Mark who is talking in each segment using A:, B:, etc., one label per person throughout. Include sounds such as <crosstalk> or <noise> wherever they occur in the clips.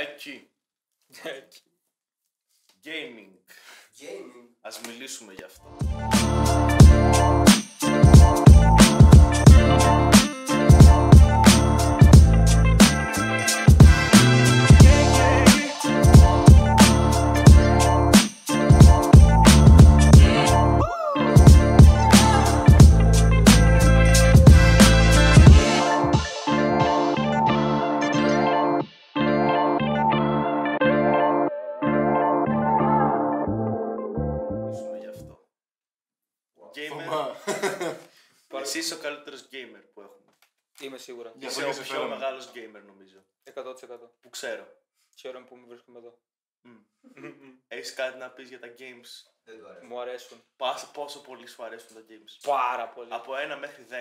A: Εκεί. Gaming.
B: Gaming.
A: Ας μιλήσουμε γι' αυτό. Μιλήσουμε γι' αυτό. Gamer.
B: Μα,
A: Εσύ είσαι ο καλύτερος gamer που έχουμε.
C: Είμαι σίγουρα.
B: Για
A: Είσαι
B: πολύ
A: ο
B: σε
A: πιο
B: φέραμε.
A: μεγάλος gamer νομίζω.
C: 100%.
A: Που
C: <laughs>
A: ξέρω.
C: Χαίρομαι που με βρίσκουμε εδώ.
A: Έχεις κάτι να πεις για τα games.
B: Δεν του αρέσει.
C: Μου αρέσουν
A: Πόσο, πόσο πολύ σου αρέσουν τα games.
C: πάρα πολύ.
A: Από 1 μέχρι 10.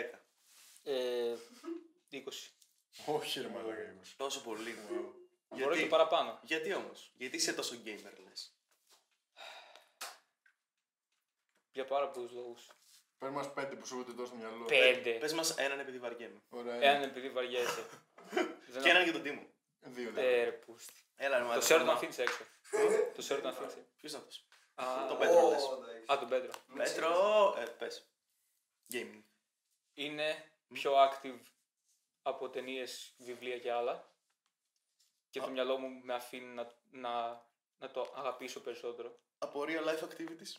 C: Ε, 20.
B: <laughs> Όχι, ρε μαλάκα. εγώ.
A: Τόσο πολύ.
C: Μπορώ και
A: γιατί,
C: παραπάνω.
A: γιατί όμως. Γιατί είσαι τόσο gamer λες.
C: Για πάρα πολλούς λόγους.
B: Πες μας πέντε που σου έρχονται τώρα στο μυαλό.
C: Πέντε.
A: Πες μας έναν επειδή βαριέμαι.
B: Ωραία.
C: Έναν επειδή βαριέσαι.
A: <laughs>
C: Δεν
A: Ε. Και έναν για τον Τίμο.
B: Δύο. δεν.
C: Ε, ρε, πούστη.
A: Έλα ρε
C: Το σέρ τον αφήνεις έξω. Το σέρ τον αφήνεις.
A: Ποιος είναι αυτός.
C: Α,
A: Το
B: Ω,
A: Πέτρο λες.
B: εντάξει.
C: Α, τον Πέτρο.
A: Πέτρο. Ε, πες. Gaming.
C: Είναι πιο active από ταινίες, βιβλία και άλλα. Και το μυαλό μου με αφήνει να, να, να το αγαπήσω περισσότερο.
A: Από real life activities.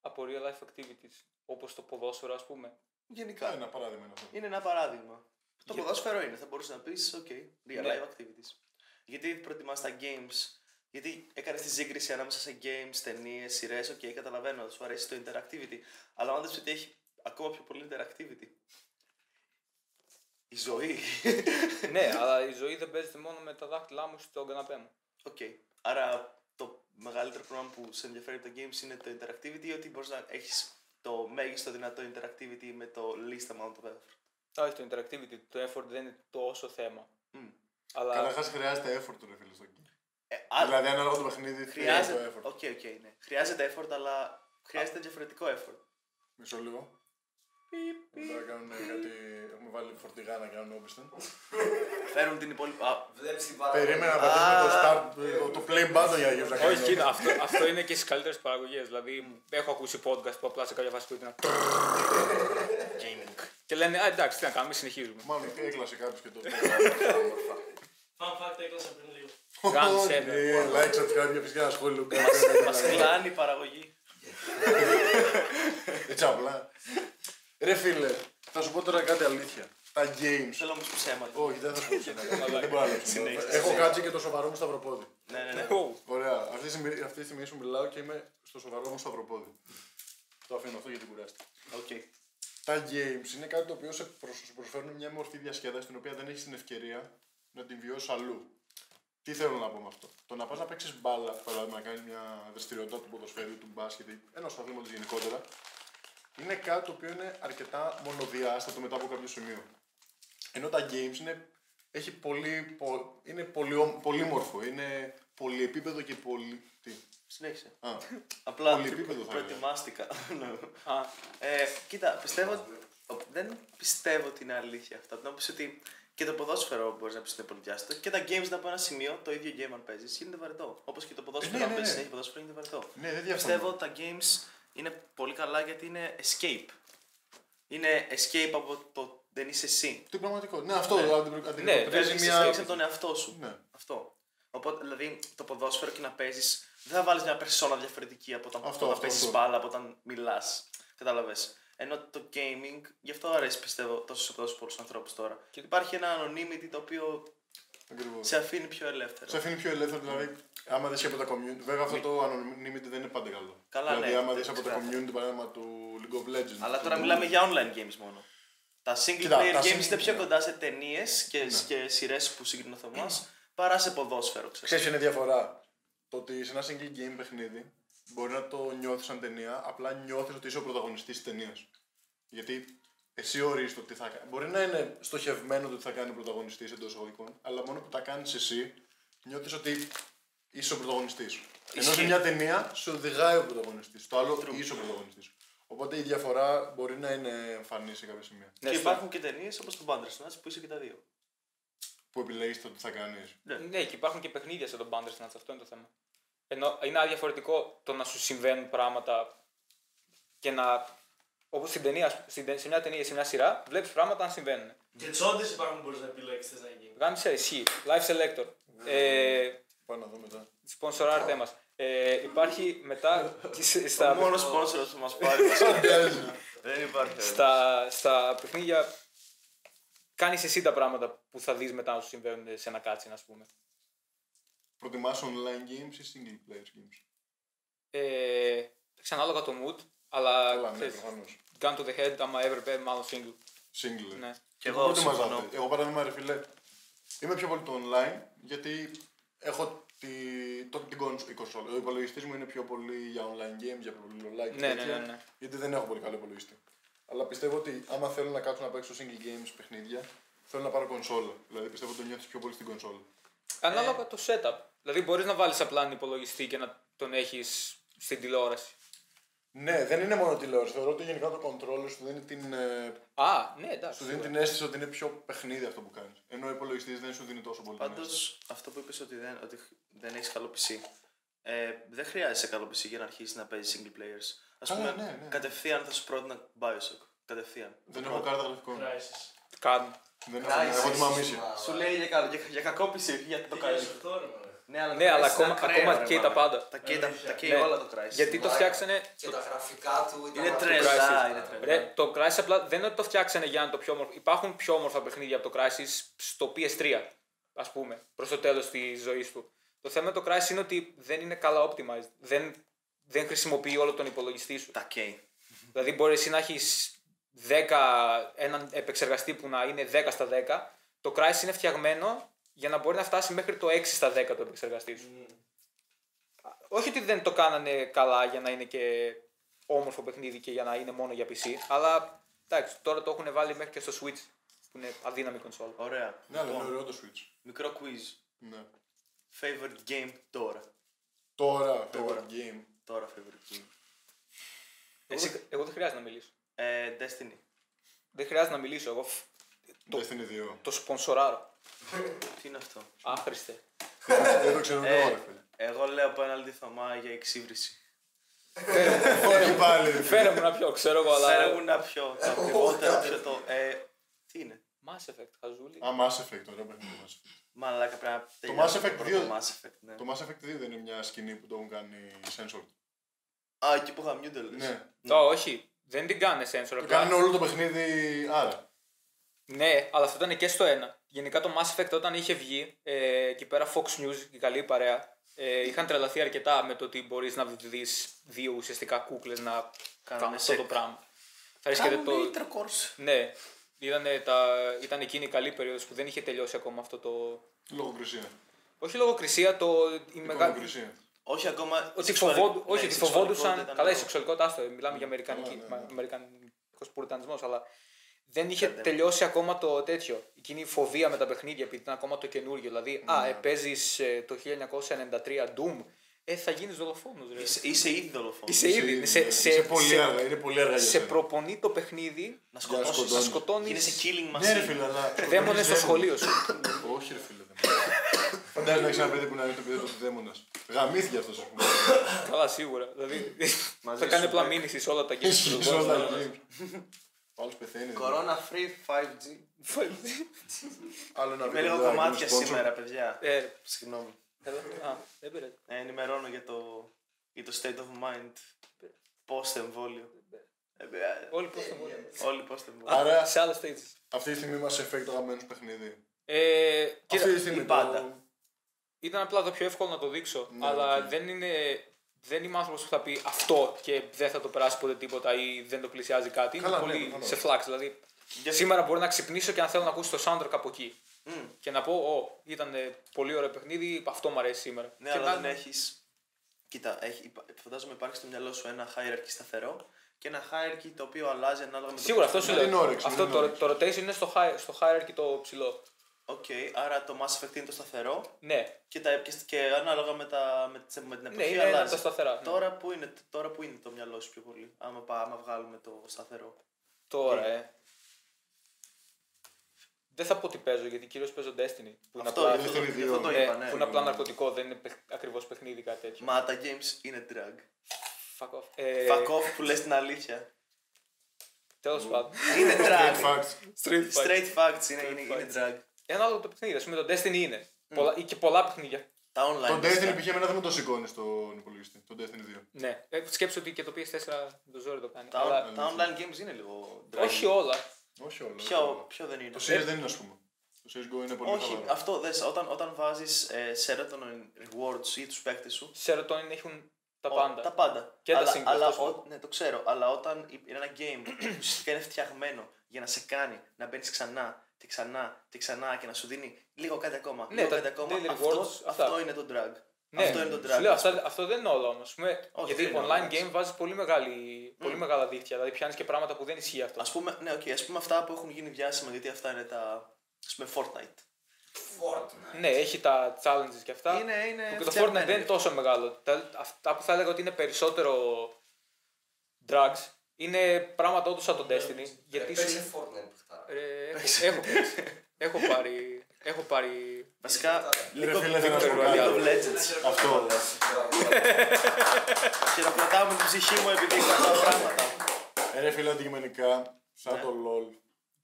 C: Από real life activities. Όπως το ποδόσφαιρο, ας πούμε.
A: Γενικά.
B: Κάνε ένα παράδειγμα είναι αυτό.
A: Είναι ένα παράδειγμα. Το
C: Για-
A: ποδόσφαιρο είναι, θα μπορούσες να πεις, OK, real
C: Ναι.
A: life activities. Γιατί προτιμάς τα games, γιατί έκανες τη σύγκριση ανάμεσα σε games, ταινίες, σειρές. OK, καταλαβαίνω, σου αρέσει το interactivity. Αλλά αν ότι έχει ακόμα πιο πολύ interactivity. Η ζωή.
C: ναι, αλλά η ζωή δεν παίζεται μόνο με τα δάχτυλά μου στον καναπέ μου.
A: OK. Άρα το μεγαλύτερο πράγμα που σε ενδιαφέρει από τα games είναι το interactivity, ότι μπορείς να έχεις το μέγιστο δυνατό interactivity με το least amount of effort.
C: Α, Όχι, το interactivity, το effort δεν είναι τόσο θέμα.
A: Μμ.
C: Αλλά
B: Καταρχάς χρειάζεται effort ρε φίλε στο game.
A: Ε, αν-
B: Δηλαδή ανάλογα το παιχνίδι χρειάζεται
A: Χρειάζεται.
B: το effort.
A: Οκ, οκ, ναι. Χρειάζεται effort, αλλά χρειάζεται διαφορετικό effort.
B: Μισό λίγο. Τώρα κάνουν κάτι... Έχουμε βάλει φορτηγά να κάνουν όμπισθεν.
A: Φέρουν την υπόλοιπη. Α,
D: Βλέπεις την παραγωγή.
B: Περίμενα να πατήσουμε το start, το- το play button για να κάνουμε.
C: Όχι, κοίτα, αυτό, αυτό είναι και στις καλύτερες παραγωγές. Δηλαδή, έχω ακούσει podcast που απλά σε κάποια φάση που ήταν.
A: gaming.
C: Και λένε, Α, εντάξει, τι να κάνουμε, συνεχίζουμε.
B: Μάλλον έκλασε κάποιος και το...
E: Fun fact, έκλασα πριν λίγο.
C: Grand
B: Ναι,
C: Seven.
B: Like, subscribe για φυσικά ένα σχόλιο. κάτι,
A: Μα
B: κάτι.
A: κλάνει η παραγωγή.
B: Έτσι απλά. Ρε φίλε, θα σου πω τώρα κάτι αλήθεια. Τα games.
A: Θέλω όμω ψέματα.
B: Όχι, δεν θα σου πω ψέματα. Δεν
C: Μαλάκα.
B: μπορώ να λέω
A: Συνέχισε,
B: ψέματα. Έχω
A: συνέχισε.
B: κάτσει και το σοβαρό μου σταυροπόδι.
A: Ναι, ναι, ναι.
C: Ου,
B: Ωραία. Αυτή τη, στιγμή, αυτή τη στιγμή σου μιλάω και είμαι στο σοβαρό μου σταυροπόδι. Το αφήνω αυτό γιατί κουράστηκα.
A: Οκ.
B: Τα games είναι κάτι το οποίο σε προσ- σου προσφέρουν μια μορφή διασκέδασης την οποία δεν έχεις την ευκαιρία να την βιώσεις αλλού. Τι θέλω να πω με αυτό. Το να πας να παίξεις μπάλα, παράδειγμα, να κάνει μια δραστηριότητα του ποδοσφαίρου, του μπάσκετ, ενό αθλήματο γενικότερα, είναι κάτι το οποίο είναι αρκετά μονοδιάστατο μετά από κάποιο σημείο. Ενώ τα games είναι, έχει πολύ, πο- είναι πολυο- πολύμορφο, είναι πολυεπίπεδο και πολύ. Τι.
A: Συνέχισε.
B: Α,
A: Απλά
B: Πολυεπίπεδο θα
A: προετοιμάστηκα. <laughs> Ναι.
C: Α,
A: Ε, Κοίτα, πιστεύω. ότι- ο- Δεν πιστεύω ότι είναι αλήθεια αυτά. Να πει ότι και το ποδόσφαιρο μπορείς να πεις ότι είναι πολυδιάστατο και τα games από ένα σημείο, το ίδιο game αν παίζεις, γίνεται βαρετό. Όπως και το
B: Ε,
A: ποδόσφαιρο,
B: ναι,
A: αν
B: ναι,
A: παίζεις
B: ναι.
A: συνέχεια ποδόσφαιρο, γίνεται βαρετό.
B: ναι, δεν διαφωνώ.
A: Πιστεύω ότι τα games είναι πολύ καλά γιατί είναι escape. Είναι escape από το δεν είσαι εσύ.
B: Την πραγματικότητα. Ναι, αυτό
A: Ναι.
B: ναι. αντικατοπτρίζει
C: παίζεις
A: Μια...
B: μια.
A: από τον εαυτό σου.
B: Ναι.
A: Αυτό. Οπότε, δηλαδή, το ποδόσφαιρο και να παίζεις, δεν θα βάλεις μια περσόνα διαφορετική από όταν,
B: Αυτό,
A: όταν
B: αυτό,
A: παίζεις
B: αυτό.
A: μπάλα, από όταν μιλάς. Κατάλαβες. Ενώ το gaming, γι' αυτό αρέσει πιστεύω τόσο σε τόσου πολλούς ανθρώπους τώρα. Και υπάρχει ένα anonymity το οποίο
B: Ακριβώς.
A: σε αφήνει πιο ελεύθερο.
B: Σε αφήνει πιο ελεύθερο, δηλαδή, άμα δεις από τα community. Βέβαια, αυτό το anonymity δεν είναι πάντα καλό.
A: Καλά,
B: δηλαδή,
A: ναι,
B: άμα δεις
A: δεν
B: από τα
A: ξεπράττω.
B: community, παράδειγμα του League of Legends.
A: Αλλά
B: του-
A: τώρα μιλάμε για online games μόνο. Τα single
B: Κοίτα,
A: player
B: τα
A: games
B: single-
A: είναι πιο
B: ναι.
A: κοντά σε ταινίες και, και σειρές που συγκρίνονται εμάς παρά σε ποδόσφαιρο, ξέρεις.
B: Ξέρεις ποια είναι η διαφορά. Το ότι σε ένα single game παιχνίδι μπορεί να το νιώθεις σαν ταινία, απλά νιώθεις ότι είσαι ο πρωταγωνιστής της ταινίας. Γιατί εσύ ορίζεις το τι θα κάνει. Μπορεί να είναι στοχευμένο το τι θα κάνει ο πρωταγωνιστής εντός εισαγωγικών, αλλά μόνο που τα κάνεις εσύ, νιώθεις ότι είσαι ο πρωταγωνιστής. Ενώ σε
A: Ισχύει.
B: μια ταινία σε οδηγάει ο πρωταγωνιστής. Στο άλλο είσαι ο πρωταγωνιστής. Οπότε η διαφορά μπορεί να είναι εμφανής σε κάποια σημεία.
C: ναι,
A: και
C: στο-
A: υπάρχουν και ταινίες όπως το Bandersnatch που είσαι και τα δύο.
B: που επιλέγεις το τι θα κάνεις.
A: Ναι.
C: Ναι, και υπάρχουν και παιχνίδια σε τον Bandersnatch, αυτό είναι το θέμα. Ενώ είναι αδιαφορετικό το να σου συμβαίνουν πράγματα και να. Όπω στην ταινία, ας πούμε, στην ται- σε μια ταινία ή σε μια σειρά, βλέπεις πράγματα να συμβαίνουν.
E: Και τσόντες υπάρχουν που μπορείς να επιλέξεις τι να γίνει.
C: Γάμισε εσύ, live selector. Ε,
B: Πάω να δω μετά.
C: sponsor art μας. Ε, υπάρχει μετά και σε- στα,
A: Μόνο sponsor που μας πάρει. <laughs> βασικά. Δεν υπάρχει.
C: στα, στα παιχνίδια κάνεις εσύ τα πράγματα που θα δεις μετά να σου συμβαίνουν σε ένα κάτσιν, ας πούμε.
B: Προτιμάς online games ή single player games.
C: Ε, ανάλογα το mood, αλλά
B: Καλά, ναι,
C: ξέρεις,
B: προφανώς.
C: gun to the head, άμα έπρεπε, μάλλον single.
B: Single.
C: Ναι.
A: Και εγώ
B: Ούτε μαζί.
A: συμφωνώ.
B: Εγώ παράδειγμα, ρε φίλε, είμαι πιο πολύ το online γιατί έχω τη, το, την κονσ- η κονσόλα. Ο υπολογιστής μου είναι πιο πολύ για online games, για πολύ online
C: Ναι,
B: και
C: ναι,
B: τέτοια,
C: ναι, ναι.
B: Γιατί δεν έχω πολύ καλό υπολογιστή. Αλλά πιστεύω ότι άμα θέλω να κάτσω να παίξω single games παιχνίδια, θέλω να πάρω κονσόλα. Δηλαδή πιστεύω ότι το νιώθεις πιο πολύ στην κονσόλα. Ε.
C: Ανάλογα το setup. Δηλαδή μπορείς να βάλεις απλά έναν υπολογιστή και να τον έχεις στην τηλεόραση.
B: Ναι, δεν είναι μόνο τηλεόραση. Θεωρώ ότι γενικά το controller σου δίνει την, ε,
C: Α, ναι, εντάξει.
B: σου δίνει την αίσθηση ότι είναι πιο παιχνίδι αυτό που κάνεις. Ενώ ο υπολογιστή δεν σου δίνει τόσο πολύ. την
A: Πάντως,
B: αίσθηση.
A: αυτό που είπες ότι δεν, ότι δεν έχεις καλό PC. Ε, δεν χρειάζεσαι καλό PC για να αρχίσεις να παίζεις single players. Ας
B: Α,
A: πούμε,
B: ναι, ναι.
A: κατευθείαν θα σου πρότεινα Bioshock. Κατευθείαν.
B: δεν έχω κάρτα γραφικών.
E: Crisis.
C: Καν.
B: Δεν έχω. Εγώ τη μαμίσια.
A: Σου λέει για, καλό, για, για κακό PC, όχι γιατί το
E: Τι
A: κάνει.
E: κάνεις αυτό, ρε μωρέ.
A: Ναι, αλλά,
C: Ναι, αλλά ακόμα- ακόμα καίει τα πάντα.
A: Τα καίει, τα, τα καίει
C: Ναι.
A: όλα το Crysis.
C: Γιατί το
D: Μα,
C: φτιάξανε.
D: Και τα γραφικά του ήταν.
A: Είναι
D: από-
A: τρελά,
C: Crysis.
A: είναι τρελά.
C: Ρε, το Crysis απλά δεν είναι ότι το φτιάξανε για να είναι το πιο όμορφο. Υπάρχουν πιο όμορφα παιχνίδια από το Crysis στο PS3, ας πούμε, προς το τέλος της ζωής του. Το θέμα με το Crysis είναι ότι δεν είναι καλά optimized. Δεν, δεν χρησιμοποιεί όλο τον υπολογιστή σου.
A: Τα καίει.
C: Δηλαδή μπορείς εσύ να έχεις 10, έναν επεξεργαστή που να είναι 10 στα 10. Το Crysis είναι φτιαγμένο για να μπορεί να φτάσει μέχρι το 6 στα 10 το επεξεργαστή σου. Όχι ότι δεν το κάνανε καλά για να είναι και όμορφο παιχνίδι και για να είναι μόνο για PC, αλλά εντάξει, τώρα το έχουν βάλει μέχρι και στο Switch που είναι αδύναμη κονσόλα.
A: Ωραία.
B: Ναι, αλλά είναι
A: Λοιπόν,
B: ωραίο το Switch.
A: μικρό quiz.
B: Ναι.
A: Favorite game τώρα.
B: Τώρα,
A: Τώρα.
B: favorite game.
A: Τώρα favorite game.
C: Εσύ... Εγώ, δεν χρειάζεται να μιλήσω.
A: Ε, Destiny.
C: Δεν χρειάζεται να μιλήσω. Εγώ φ- Το-
B: Destiny 2.
C: το σπονσοράρω.
A: Τι είναι αυτό.
C: Άχρηστε.
B: Δεν το ξέρω
C: Ε.
B: εγώ, ρε φίλε.
A: Ε, εγώ λέω πέναλτι θωμά για εξύβριση.
B: Όχι Ε, πάλι. ρε φίλε.
C: Φέρε μου να πιω, ξέρω εγώ,
B: ε,
A: Θέλω
C: αλλά.
A: να πιω τα ακριβότερα πιο το. Ε, τι είναι.
C: Mass Effect, χαζούλη.
B: Α, Mass Effect, ωραίο παιχνίδι. Mass Effect.
A: Μαλάκα πρέπει να
B: Mass
A: τελειώσει
B: Effect
A: πρώτο
B: 2.
A: Mass Effect, ναι.
B: Το Mass Effect 2 δεν είναι μια σκηνή που το έχουν κάνει sensor.
A: Α, εκεί που χαμιούνται λες.
B: Ναι.
C: Ω, όχι. Δεν την κάνει sensor.
B: Το
C: απλά.
B: κάνουν όλο το παιχνίδι άρα.
C: Ναι, αλλά αυτό ήταν και στο ένα. Γενικά το Mass Effect όταν είχε βγει, ε, εκεί πέρα Fox News, η καλή παρέα, ε, είχαν τρελαθεί αρκετά με το ότι μπορείς να δεις δύο ουσιαστικά κούκλες να
A: Κάνανε
C: κάνουν αυτό
A: σεκ.
C: το πράγμα. Θα ρίσκεται
A: Κάνουν
C: το.
A: το... course.
C: Ναι, Ήτανε τα... ήταν εκείνη η καλή περίοδος που δεν είχε τελειώσει ακόμα αυτό το.
B: Λογοκρισία.
C: Όχι λογοκρισία, το. Η μεγάλη...
B: Εικονοκρισία.
A: Όχι ακόμα.
C: Ότι
A: σεξουαλικ-
C: φοβόντου...
A: ναι,
C: όχι,
A: η
C: ότι
A: σεξουαλικότητα
C: φοβόντουσαν.
A: ήταν
C: Καλά, η
A: λίγο-
C: σεξουαλικότητα, άστο, μιλάμε για αμερικανική,
B: καλά, ναι, ναι.
C: αμερικανικός πουριτανισμός, αλλά δεν είχε
A: Κάντε με.
C: τελειώσει ακόμα το τέτοιο. Εκείνη η φοβία με τα παιχνίδια, επειδή ήταν ακόμα το καινούργιο. Δηλαδή,
A: Ναι,
C: α, ε, παίζεις το 1993 Doom, ε, θα γίνεις δολοφόνος, ρε.
A: Είσαι, είσαι ήδη δολοφόνος.
C: Είσαι ήδη.
B: Είναι-
C: Σε,
B: είσαι
C: σε,
B: πολύ
C: σε,
B: αργά. Είναι πολύ αργά. για
C: σε
B: σένα.
C: προπονεί το παιχνίδι
A: Να
B: Για
A: σκοτώσεις.
B: σκοτώνεις.
C: να σκοτώνεις
A: Γίνεσαι killing machine.
B: Ναι, ρε φίλε, αλλά.
C: δαίμονε στο σχολείο σου.
B: Όχι, ρε φίλε. δεν μπορεί. Φαντάζομαι να έχεις ένα παιδί που να είναι το παιδί του δαίμονας. Γαμήθηκε αυτός, ας πούμε.
C: <laughs> Καλά, σίγουρα. Δηλαδή,
A: Μαζί
C: θα κάνει
A: σου,
C: απλά
A: Μπέκ.
C: μήνυση σε όλα τα
B: Ισχύει
C: games. Λοιπόν,
B: σε όλα τα games. Ο άλλος πεθαίνει.
A: Corona free 5G.
B: Άλλο ένα
A: Με
B: βίντεο
A: λίγο
B: που θα
A: κομμάτια
B: γίνει sponsor.
A: σήμερα, παιδιά.
C: Ε,
A: Συγγνώμη.
C: καλά. Α, δεν πειράζει.
A: Ε, ενημερώνω για το, για το state of mind. Post εμβόλιο. Ε, ε,
C: Όλοι πώ θα μπορούν.
A: Όλοι post εμβόλιο.
B: Άρα
C: Σε άλλα stages.
B: αυτή τη στιγμή μας effect αγαπημένου παιχνίδι.
C: Ε, κοίτα,
B: Αυτή τη στιγμή.
A: η πάντα.
B: Το...
C: ήταν απλά το πιο εύκολο να το δείξω.
B: Ναι,
C: αλλά
B: οκ.
C: δεν είναι. Δεν είμαι άνθρωπος που θα πει αυτό και δεν θα το περάσει ποτέ τίποτα ή δεν το πλησιάζει κάτι.
B: Καλά,
C: είναι
B: ναι,
C: πολύ
B: προφανώς.
C: σε φλάξ. Δηλαδή,
A: Για-
C: σήμερα μπορώ να ξυπνήσω και να θέλω να ακούσω το soundtrack από εκεί.
A: Μμ.
C: Και να πω, Ω, ήταν ε, πολύ ωραίο παιχνίδι, αυτό μου αρέσει σήμερα.
A: Ναι,
C: και
A: αλλά
C: να-
A: δεν έχεις. Κοίτα, έχει, υπα- φαντάζομαι υπάρχει στο μυαλό σου ένα hierarchy σταθερό και ένα hierarchy το οποίο αλλάζει ανάλογα με το.
C: Σίγουρα αυτό σου
B: Με την
C: λέω.
B: όρεξη, με
C: αυτό
B: την
C: το,
B: όρεξη.
C: το rotation είναι στο, hi- στο hierarchy το ψηλό.
A: Οκ, άρα το Mass Effect είναι το σταθερό
C: Ναι,
A: και, τα, και, και ανάλογα με, τα, με, τις- με την εποχή
C: ναι είναι ένα από
A: αλλάζει.
C: τα σταθερά. Ναι.
A: Τώρα που, είναι, τώρα που είναι το μυαλό σου πιο πολύ, άμα, πά- άμα βγάλουμε το σταθερό.
C: Τώρα, ε. Δεν θα πω τι παίζω, γιατί κυρίως παίζω Destiny. Που είναι
A: Αυτό,
C: απλά,
A: γι' αυτό,
B: δεύτερο
A: γι' αυτό το
C: ναι,
A: είπα,
C: που
A: ναι.
C: είναι απλά ναρκωτικό, δεν είναι ακριβώς παιχνίδι κάτι τέτοιο.
A: Μα τα games είναι drug.
C: Fuck off. Ε,
A: Fuck off που λες την αλήθεια.
C: Τέλος πάντων.
A: Είναι
B: Great
A: drag.
B: facts.
C: Straight
A: Straight facts είναι,
C: Straight
A: είναι, είναι
C: facts.
A: drag.
C: Ένα άλλο το παιχνίδι, ας πούμε το Destiny είναι. Πολλά, ή και πολλά παιχνίδια.
A: Τα online.
B: Το
A: βασικά.
B: Destiny π.χ. εμένα δεν μου το σηκώνει στον υπολογιστή. Το Destiny 2.
C: Ναι. Ε, σκέψου ότι και το PS4 το ζόρι το κάνει.
A: Τα,
C: αλλά,
A: on- τα online games είναι λίγο drag.
C: όχι όλα.
B: Όχι όλο. όχι
A: Ποιο,
B: όλο.
A: ποιο δεν είναι.
B: Το Series δεν είναι, ας πούμε. Το Series Go είναι πολύ
A: Όχι,
B: χαλαρό.
A: αυτό δες, όταν, όταν βάζεις ε, serotonin rewards ή τους παίκτες σου,
C: Σερωτόνιν έχουν τα
A: ο-
C: πάντα.
A: τα πάντα.
C: Και τα
A: αλλά,
C: singles,
A: αλλά,
C: αυτό
A: ο, ναι, το ξέρω, αλλά όταν υ- είναι ένα game <clears throat> που ουσιαστικά είναι φτιαγμένο για να σε κάνει να μπαίνεις ξανά και ξανά και ξανά και να σου δίνει λίγο κάτι ακόμα,
C: Ναι,
A: λίγο
C: τα
A: κάτι ακόμα,
C: daily
A: αυτό,
C: rewards, αυτά.
A: αυτό είναι το drag.
C: Ναι,
A: αυτό είναι το drag.
C: σου Λέω, αυτά, αυτό δεν είναι όλα όμω.
A: Όχι,
C: Γιατί
A: δεν είναι όλα,
C: online
A: εντάξει.
C: game βάζεις πολύ, μεγάλη, πολύ
A: Μμμ.
C: μεγάλα δίχτυα. Δηλαδή πιάνεις και πράγματα που δεν ισχύει αυτό.
A: Ας πούμε, ναι, okay, ας πούμε αυτά που έχουν γίνει διάσημα, γιατί αυτά είναι τα, ας πούμε, Fortnite. Ε,
C: Ναι, έχει τα challenges και αυτά.
A: Είναι, είναι
C: που και το Fortnite
A: φτιαγμένα.
C: δεν είναι τόσο μεγάλο. Τα, αυτά που θα έλεγα ότι είναι περισσότερο drugs είναι πράγματα όντω σαν το
A: Ναι,
C: Destiny.
A: Ε,
C: γιατί σου-
D: Παίξε Fortnite που θα.
C: Ρε, έχω, έχω, παίξει. έχω, πάρει, έχω πάρει.
A: Βασικά,
B: Ρε
A: λίγο
B: φίλε, θα
A: League
B: να σου πω
C: Royale.
B: κάτι.
A: of Legends. ναι.
B: Αυτό.
A: <laughs> Χειροκροτάω με την ψυχή μου επειδή είχα αυτά τα πράγματα.
B: Ε, Ρε φίλε, αντικειμενικά, σαν
A: Ναι.
B: το LOL.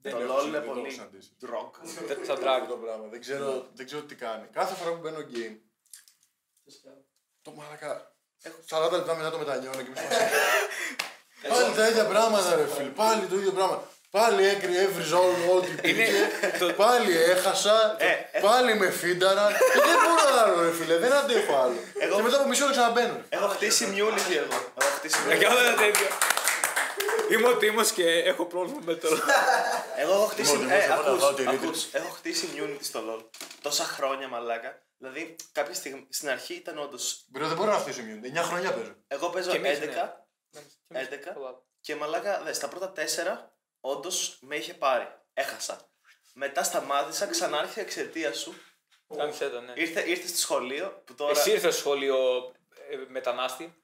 A: Το
B: έχω
A: LOL είναι
B: συνδυ- δεν το
A: πολύ Ναι.
B: έχω συναντήσει.
A: drog.
C: τε- Σαν
B: Αυτό
C: drug.
B: το πράγμα. Δεν ξέρω, δεν ξέρω τι κάνει. Κάθε φορά που μπαίνω game, το μαλακά. Έχω 40 λεπτά μετά το μετανιώνω και μη Πάλι τα ίδια πράγματα, ρε φίλε. Πάλι το ίδιο πράγμα. Πάλι έκρι, έβριζα όλο ό,τι πήγε. Πάλι έχασα.
A: Ε, ε.
B: Πάλι με φίνταρα. Και δεν μπορώ άλλο, ρε φίλε. Δεν αντέχω άλλο.
A: Εγώ-
B: Και μετά από μισό ώρα ξαναμπαίνω.
A: Έχω χτίσει immunity εγώ. Έχω χτίσει
C: Ε,
A: immunity.
C: ένα τέτοιο. Είμαι ο Τίμος και έχω πρόβλημα με το.
A: Εγώ έχω χτίσει.
B: Μόνο,
A: Ε,
B: μόνο, μόνο,
A: ακούς,
B: μόνο, μόνο,
A: ακούς.
B: μόνο.
A: Έχω χτίσει immunity στο LOL. Τόσα χρόνια μαλάκα. Δηλαδή, κάποια στιγμή στην αρχή ήταν όντως.
B: Μπρο, δεν μπορώ να χτίσω immunity. 9 χρόνια παίζω.
A: Εγώ παίζω
C: Και εμείς, ναι.
A: 11 11. και μαλάκα, δες, τα πρώτα 4 όντως με είχε πάρει. Έχασα. Μετά σταμάτησα, ξανάρχισα εξαιτία σου.
C: Κάμισε το, ναι.
A: Ήρθε, ήρθε στο σχολείο που τώρα.
C: Εσύ ήρθες στο σχολείο ε, μετανάστη.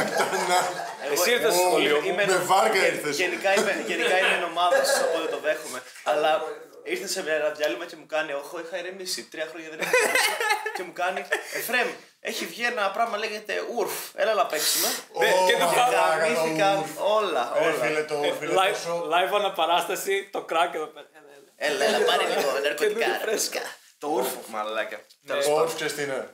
A: εγώ-
C: εσύ ήρθες στο
A: Ω,
C: σχολείο
A: είμαι-
B: μου,
A: είμαι-
B: με βάρκα
A: γεν-
B: ήρθες.
A: Γενικά είμαι, γενικά είμαι εν ομάδα σας, οπότε το δέχομαι. Αλλά ήρθε σε ένα διάλειμμα και μου κάνει, Όχο, είχα ηρεμήσει. Τρία χρόνια δεν έχω ηρεμήσει. και μου κάνει, Εφρέμ, έχει βγει ένα πράγμα λέγεται Ουρφ. Έλα να παίξουμε.
C: Ναι, και
B: Ω,
C: το
B: μαλάκα, το
A: Γαμήθηκαν
B: ουρφ.
A: όλα.
B: Ρε
A: όλα.
B: φίλε, το
C: Ε,
B: ουρφ είναι
C: Live-
B: τόσο-
C: Live αναπαράσταση, το crack εδώ πέρα. Ναι,
A: Έλα, έλα, πάρε λίγο
C: Και
A: ναρκωτικά.
C: δεν φρέσκα.
A: ναρκωτικά. Το Ουρφ, μαλάκα. Τέλος
B: Το
A: πάντων.
B: όρφ ξέρεις τι είναι.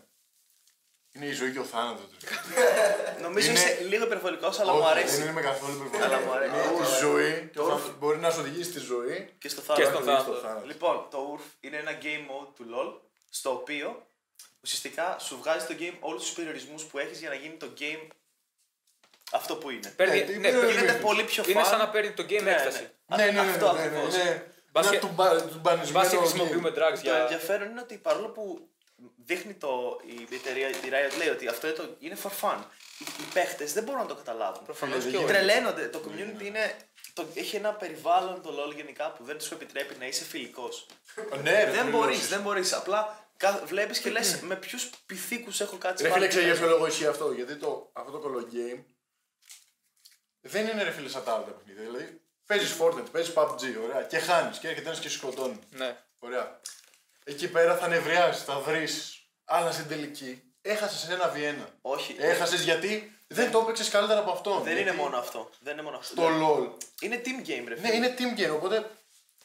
B: Είναι η ζωή και ο θάνατος. ρε.
A: Νομίζω
B: Είναι-
A: είσαι λίγο υπερβολικός, αλλά μου
B: Όχι,
A: αρέσει.
B: Δεν είμαι καθόλου υπερβολικό.
A: Αλλά μου αρέσει.
B: Είναι
A: Μου
B: η
A: αρέσει.
B: ζωή.
A: Το
B: θα-
A: όρφ.
B: Μπορεί να σου οδηγήσει στη ζωή.
A: Και στο
C: Και
A: θάνατο.
C: στον
B: να οδηγήσει
C: θάνατο.
A: Λοιπόν, το URF είναι ένα game mode του LoL στο οποίο ουσιαστικά σου βγάζει το game όλους τους περιορισμούς που έχεις για να γίνει το game αυτό που είναι.
C: Παίρνει-
B: Ναι, τι
C: ναι,
B: είναι,
C: παίρνει-
A: Γίνεται
B: περιορισμούς.
A: πολύ πιο fun.
C: Είναι σαν να παίρνει το game
A: Ναι, ναι.
C: έκταση.
B: Ναι, ναι, ναι, ναι,
A: Αυτό
B: ναι, ναι,
A: ακριβώς.
B: ναι.
C: Μπας και-
B: Ένα τουμπα- τουμπανισμένο
C: Βάσει
B: game.
C: χρησιμοποιούμε drugs
A: Το
C: για.
A: ενδιαφέρον είναι ότι παρόλο που δείχνει το, η εταιρεία, η Riot λέει ότι αυτό είναι, το- είναι for fun, οι, οι παίχτες δεν μπορούν να το καταλάβουν.
B: Φίλε, δεν
C: και
B: γίνεται.
A: Τρελαίνονται. Το community είναι, το, έχει ένα περιβάλλον το LoL γενικά που δεν σου επιτρέπει να είσαι φιλικός. Ε,
B: Ναι, ρε,
A: δεν
B: φίλε,
A: μπορεί,
B: όχι.
A: δεν μπορείς. Απλά βλέπεις και λες με ποιους πυθίκους έχω κάτσει
B: Ρε
A: πάνω.
B: φίλε, ξέρει για ποιο λόγο ισχύει αυτό. Γιατί το, αυτό το κολο game δεν είναι ρε φίλε σαν τα άλλα τα παιχνίδια. Δηλαδή παίζεις Fortnite, παίζεις PUBG, ωραία. Και χάνεις και έρχεται ένας και σε σκοτώνει.
C: Ναι.
B: Ωραία. Εκεί πέρα θα νευριάσει, θα βρεις. Αλλά στην τελική έχασες ένα Βιένα.
A: Όχι.
B: Έχασες γιατί δεν το έπαιξες καλύτερα από αυτόν.
A: Δεν είναι
B: Γιατί
A: μόνο αυτό. Δεν είναι μόνο αυτό. Δηλαδή,
B: Το LOL.
A: Είναι team game, ρε
B: Ναι,
A: φίλε.
B: είναι team game. Οπότε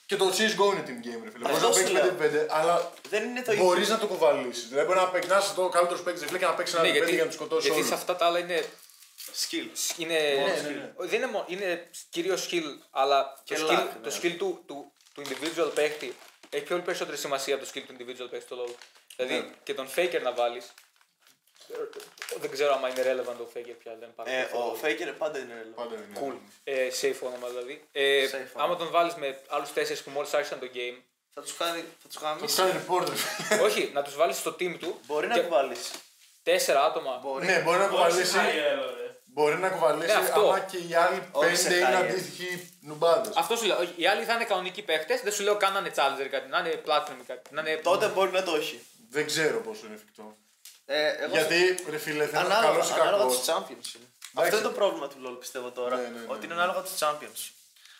B: και το CSGO είναι team game. Ρε, φίλε. Μπορείς να
A: Αυτό σου
B: παίξεις
A: λέω.
B: 5-5, αλλά
A: Δεν είναι το ίδιο.
B: μπορεί να το κουβαλήσεις. Δηλαδή μπορεί να παίξει το καλύτερος παίκτης ρε φίλε, και να παίξεις ένα
C: Ναι,
B: 5
C: γιατί,
B: για να τους σκοτώσει
C: γιατί
B: όλους.
C: σε αυτά τα άλλα είναι.
A: Skill.
C: είναι,
B: ναι, ναι.
C: Δεν είναι, μόνο- είναι κυρίως skill, αλλά
A: Και
C: το,
A: luck,
C: skill,
A: ναι.
C: το skill του, του, του individual παίχτη έχει πολύ περισσότερη σημασία από το skill του individual παίχτη στο λόγο. Δηλαδή
A: Ναι.
C: και τον faker να βάλεις. Δεν ξέρω αν είναι relevant το faker πια. Δεν
A: Ε,
C: παρακολουθώ.
A: ο Faker πάντα είναι ρελό.
B: Πάντα είναι.
C: Cool. Ε, safe όνομα δηλαδή. Ε,
A: Safe όνομα.
C: άμα τον βάλεις με άλλους τέσσερις που μόλις άρχισαν το
A: <laughs>
C: game.
A: Θα τους κάνει. Θα τους
B: Το
A: γαμίσει.
B: κάνει reporter.
C: όχι, να τους βάλεις στο team του.
A: Μπορεί να
C: και
A: τους βάλεις.
C: Τέσσερα άτομα.
A: Μπορεί.
B: Ναι, μπορεί να κουβαλήσει. Μπορεί να κουβαλήσει
C: Ναι, αυτό.
B: άμα και οι άλλοι
A: Όχι
B: πέντε
A: σε
B: είναι
A: χάρη, ε.
B: αντίστοιχοι νουμπάδες.
C: Αυτό σου λέω. όχι, Οι άλλοι θα είναι κανονικοί παίχτες. Δεν σου λέω καν να είναι challenger κάτι, να είναι platinum ή κάτι. Να είναι...
A: Τότε μπορεί να το έχει.
B: Δεν ξέρω πόσο είναι εφικτό.
A: Ε, εγώ
B: Γιατί ρε φίλε, θα είναι καλό ή
A: Ανάλογα, ανάλογα
B: κακό.
A: τους Champions. είναι. Αυτό είναι το πρόβλημα του LoL πιστεύω τώρα.
B: Ναι, ναι, ναι,
A: Ότι είναι
B: ναι.
A: ανάλογα τους Champions.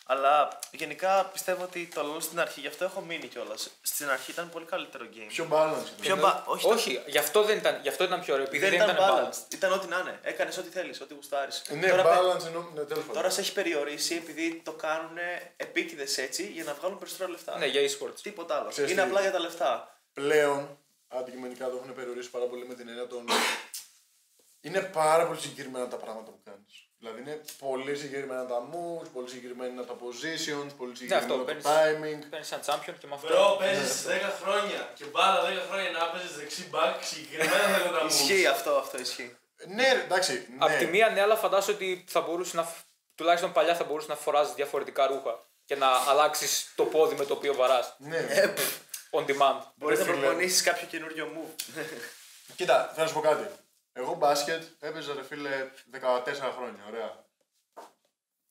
A: Αλλά γενικά πιστεύω ότι το LOL στην αρχή, γι' αυτό έχω μείνει κιόλας. Στην αρχή ήταν πολύ καλύτερο game.
B: Πιο balance.
A: Πιο μπα- όχι,
C: Ε, όχι, γι' αυτό δεν ήταν, γι' αυτό ήταν πιο ωραίο. Επειδή
A: δεν, ήταν balanced. Ήταν ό,τι να είναι. Έκανες ό,τι θέλεις, ό,τι γουστάρεις.
B: Ναι, balance εννοώ. Ναι, τέλος
A: τώρα
B: πάντων.
A: σε έχει περιορίσει επειδή το κάνουν επίτηδες έτσι για να βγάλουν περισσότερα λεφτά.
C: Ναι, για e-sports.
A: Τίποτα άλλο.
B: Ξέρεις
A: είναι
B: τι.
A: απλά για τα λεφτά.
B: Πλέον, αντικειμενικά το έχουν περιορίσει πάρα πολύ με την έννοια των. είναι πάρα πολύ συγκεκριμένα τα πράγματα που κάνεις. Δηλαδή είναι πολύ συγκεκριμένα τα moves, πολύ συγκεκριμένα τα positions, πολύ συγκεκριμένο το
C: Ναι, παίρνεις.
B: timing.
C: Παίρνεις σαν champion και με
E: Μπρο,
C: αυτό.
E: παίζει 10 χρόνια και μπάλα 10 χρόνια να παίζεις δεξί μπακ συγκεκριμένα δεν τα
A: Ισχύει αυτό, αυτό ισχύει.
B: Ναι, ρε, εντάξει. Ναι.
C: Απ' τη μία, ναι, αλλά φαντάζομαι ότι θα μπορούσε να. φ- τουλάχιστον παλιά θα μπορούσε να φοράς διαφορετικά ρούχα και να αλλάξεις το πόδι με το οποίο βαράς.
B: Ναι.
C: On demand.
A: Μπορείς να
B: φίλε.
A: προπονήσεις κάποιο καινούριο move.
B: Κοίτα, θα σου πω κάτι. Εγώ μπάσκετ έπαιζα ρε φίλε 14 χρόνια, ωραία.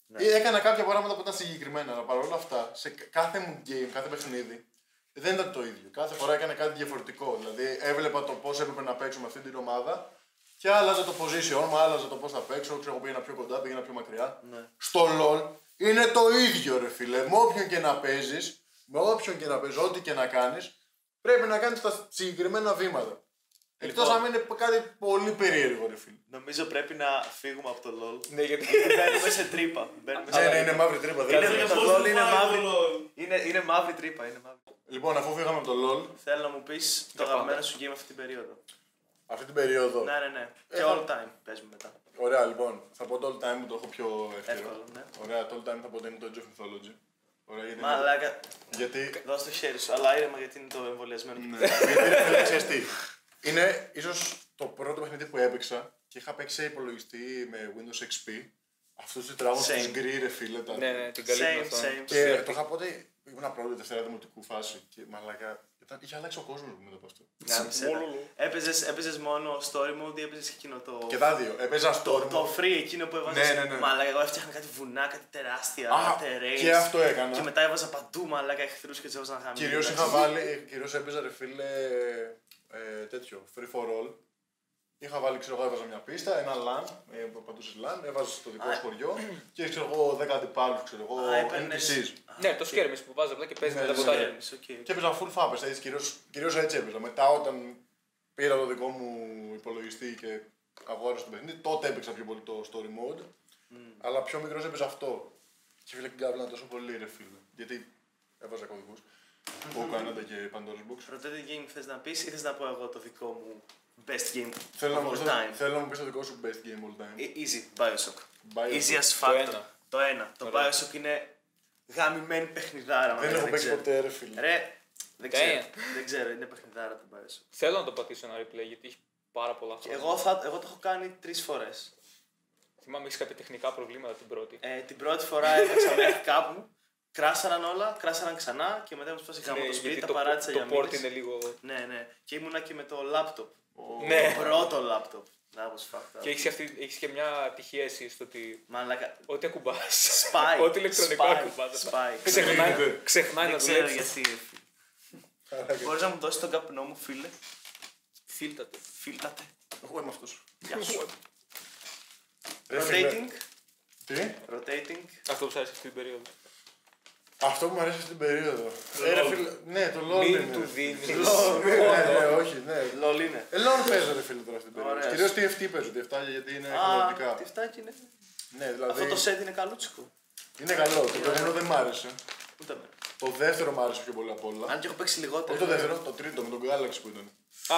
A: Ναι.
B: Ή Ε, Έκανα κάποια πράγματα που ήταν συγκεκριμένα, αλλά παρόλα αυτά σε κα- κάθε μου game, κάθε παιχνίδι δεν ήταν το ίδιο. Κάθε φορά έκανα κάτι διαφορετικό. Δηλαδή έβλεπα το πώς έπρεπε να παίξω με αυτή την ομάδα και άλλαζα το position μου, άλλαζα το πώς θα παίξω. Ξέρω, πήγαινα πιο κοντά, πήγαινα πιο μακριά.
A: Ναι.
B: Στο LOL είναι το ίδιο ρε φίλε. Με όποιον και να παίζεις, με όποιον και να παίζεις, ό,τι και να κάνεις, πρέπει να κάνεις τα συγκεκριμένα βήματα. Εκτός
A: Λοιπόν.
B: αν είναι κάτι πολύ περίεργο, ρε φίλε.
A: Νομίζω πρέπει να φύγουμε από το LOL.
C: Ναι, γιατί.
A: <laughs> Μπαίνουμε σε τρύπα. Μπαίνουμε σε-
B: Ναι, ναι, είναι μαύρη τρύπα.
A: Είναι
B: Δεν είναι.
A: το LOL είναι μαύρη. Είναι, είναι μαύρη τρύπα. Είναι μαύρη.
B: Λοιπόν, αφού φύγαμε από το LOL,
A: Θέλω να μου πεις το
C: πάντα.
A: αγαπημένο σου game αυτή την περίοδο.
B: αυτή την περίοδο.
A: Ναι, ναι, ναι.
B: Ε,
A: Και
B: θα-
A: all time παίζουμε μετά.
B: Ωραία, λοιπόν, θα πω το all time που το έχω πιο
A: Εύκολο,
B: εύκολο.
A: ναι.
B: Ωραία, το all time θα πω ότι είναι το Age of Mythology. Ωραία, γιατί.
A: Μαλάκα,
B: Γιατί.
A: δώσ' το χέρι σου. Αλλά ήρεμα γιατί είναι το εμβολιασμένο.
B: Ναι, γιατί ρε φίλε, ξέρεις τι. Είναι ίσως το πρώτο παιχνίδι που έπαιξα και είχα παίξει σε υπολογιστή με Windows XP. Αυτούς τους τράγου
A: Same.
B: του γκρι, ρε φίλε. τα-
C: ναι, ναι, την καλύπτω
A: Same,
C: αυτό.
A: same.
B: Και το είχα πότε. Ήμουν πρώτη δευτέρα δημοτικού φάση και μαλακά. Ήταν, είχε αλλάξει ο κόσμος μετά από αυτό.
A: Να, μισέ, ναι. Έπαιζες, έπαιζες μόνο story mode ή έπαιζες και εκείνο το...
B: Και τα δύο. Έπαιζα
A: Το,
B: στο.
A: το free εκείνο που έβαζες.
B: Ναι, ναι, ναι.
A: Μαλάκα, εγώ έφτιαχνα κάτι βουνά, κάτι τεράστια,
B: Α,
A: terrains.
B: και αυτό έκανα.
A: Και μετά έβαζα παντού μαλάκα εχθρούς και τους έβαζα χαμηλά.
B: Κυρίως είχα βάλει, κυρίως έπαιζα ρε φίλε ε, τέτοιο, free for all. Είχα βάλει, ξέρω εγώ, έβαζα μια πίστα, ένα LAN, ε, πατούσες LAN, έβαζα στο δικό
A: Α.
B: σου χωριό και ξέρω εγώ, δέκα αντιπάλους, ξέρω εγώ,
A: Α, έπαιρνες.
B: NPCs.
C: Ναι, το σκέρμι που βάζει απλά και παίζεις
B: Ναι,
C: με τα
B: ναι,
C: κουτάκια.
A: Games, οκ.
B: Και έπαιζα full fab, έτσι, κυρίως, κυρίως έτσι έπαιζα. Μετά όταν πήρα το δικό μου υπολογιστή και αγόρασα το παιχνίδι, τότε έπαιξα πιο πολύ το story mode.
A: Mm.
B: Αλλά πιο μικρός έπαιζα αυτό. Και φίλε γκάβλα τόσο πολύ ρε φίλε, γιατί έβαζα
A: <laughs>
B: κωδικούς. Που κάνατε και Pandora's Box.
A: Rotated game θες να πεις ή θες να πω εγώ το δικό μου best game
B: Θέλω να μου
A: of
B: πεις
A: all
B: το-
A: time.
B: Θέλω να μου πεις το δικό σου best game all time.
A: E- Easy, Bioshock.
B: Bioshock.
A: Easy as
C: Το
A: fuck.
C: ένα.
A: Το ένα. Το
C: Ωραία.
A: Bioshock είναι γαμημένη παιχνιδάρα. μαλάκα,
B: Δεν έχω παίξει
A: ξέρω.
B: ποτέ, ρε φίλε.
A: Ρε, δεν ξέρω.
C: Damn.
A: δεν ξέρω, είναι παιχνιδάρα το Bioshock.
C: Θέλω να το πατήσω ένα replay γιατί έχει πάρα πολλά
A: Και
C: χρόνια.
A: Εγώ, θα, εγώ το έχω κάνει τρεις φορές.
C: Θυμάμαι έχεις κάποια τεχνικά προβλήματα την πρώτη.
A: Ε, την πρώτη φορά έπαιξα μέχρι <laughs> κάπου, κράσαραν όλα, κράσαραν ξανά και μετά μου σπάσει γάμο το
C: Ναι,
A: σπίτι,
C: γιατί
A: τα
C: το-
A: παράτησα για
C: Το port
A: μήνες.
C: είναι λίγο.
A: Ναι, ναι. Και ήμουνα και με το λάπτοπ.
C: Ναι.
A: Το πρώτο λάπτοπ. Να was fucked up.
C: Και έχεις και μια ατυχία εσύ στο ότι.
A: Μαλάκα.
C: Ό,τι ακουμπάς.
A: Σπάει.
C: Ό,τι ηλεκτρονικό
A: Σπάει.
C: ακουμπά.
A: Σπάει.
C: Ξεχνάει, ξεχνάει να
A: Δεν ξέρω
C: δουλέψεις.
A: γιατί. ρε φίλε. Μπορείς να μου δώσεις τον καπνό μου, φίλε. Φίλτατε. Φίλτατε.
B: Εγώ είμαι αυτός.
A: Γεια σου.
B: Ρε φίλε.
A: Rotating.
B: Τι?
A: Rotating.
C: Αυτό που σου άρεσε αυτή την περίοδο.
B: Αυτό που μου αρέσει αυτή την περίοδο. Ε, ρε
E: LOL.
B: φίλε, ναι, το LOL
C: Μην
B: είναι.
C: του
B: ρε φίλε.
C: δίνει.
B: LOL, ναι, ναι, ναι, όχι, ναι.
A: Λολ είναι.
B: Ε, LOL παίζω, ρε φίλε, τώρα αυτή την περίοδο.
A: Ωραίος.
B: Κυρίως TFT παίζω, TFT γιατί είναι
A: Α,
B: κανονικά.
A: τι φτάκι είναι.
B: Ναι,
A: Αυτό το
B: δηλαδή
A: σετ είναι καλούτσικο.
B: είναι καλό. Το προηγούμενο δεν μ' άρεσε.
A: Ούτε με.
B: Το δεύτερο μ' άρεσε πιο πολύ απ' όλα.
A: Αν και έχω παίξει
B: Όχι
A: λιγότερο.
B: το δεύτερο, το τρίτο με τον Galaxy που ήταν.
C: Α,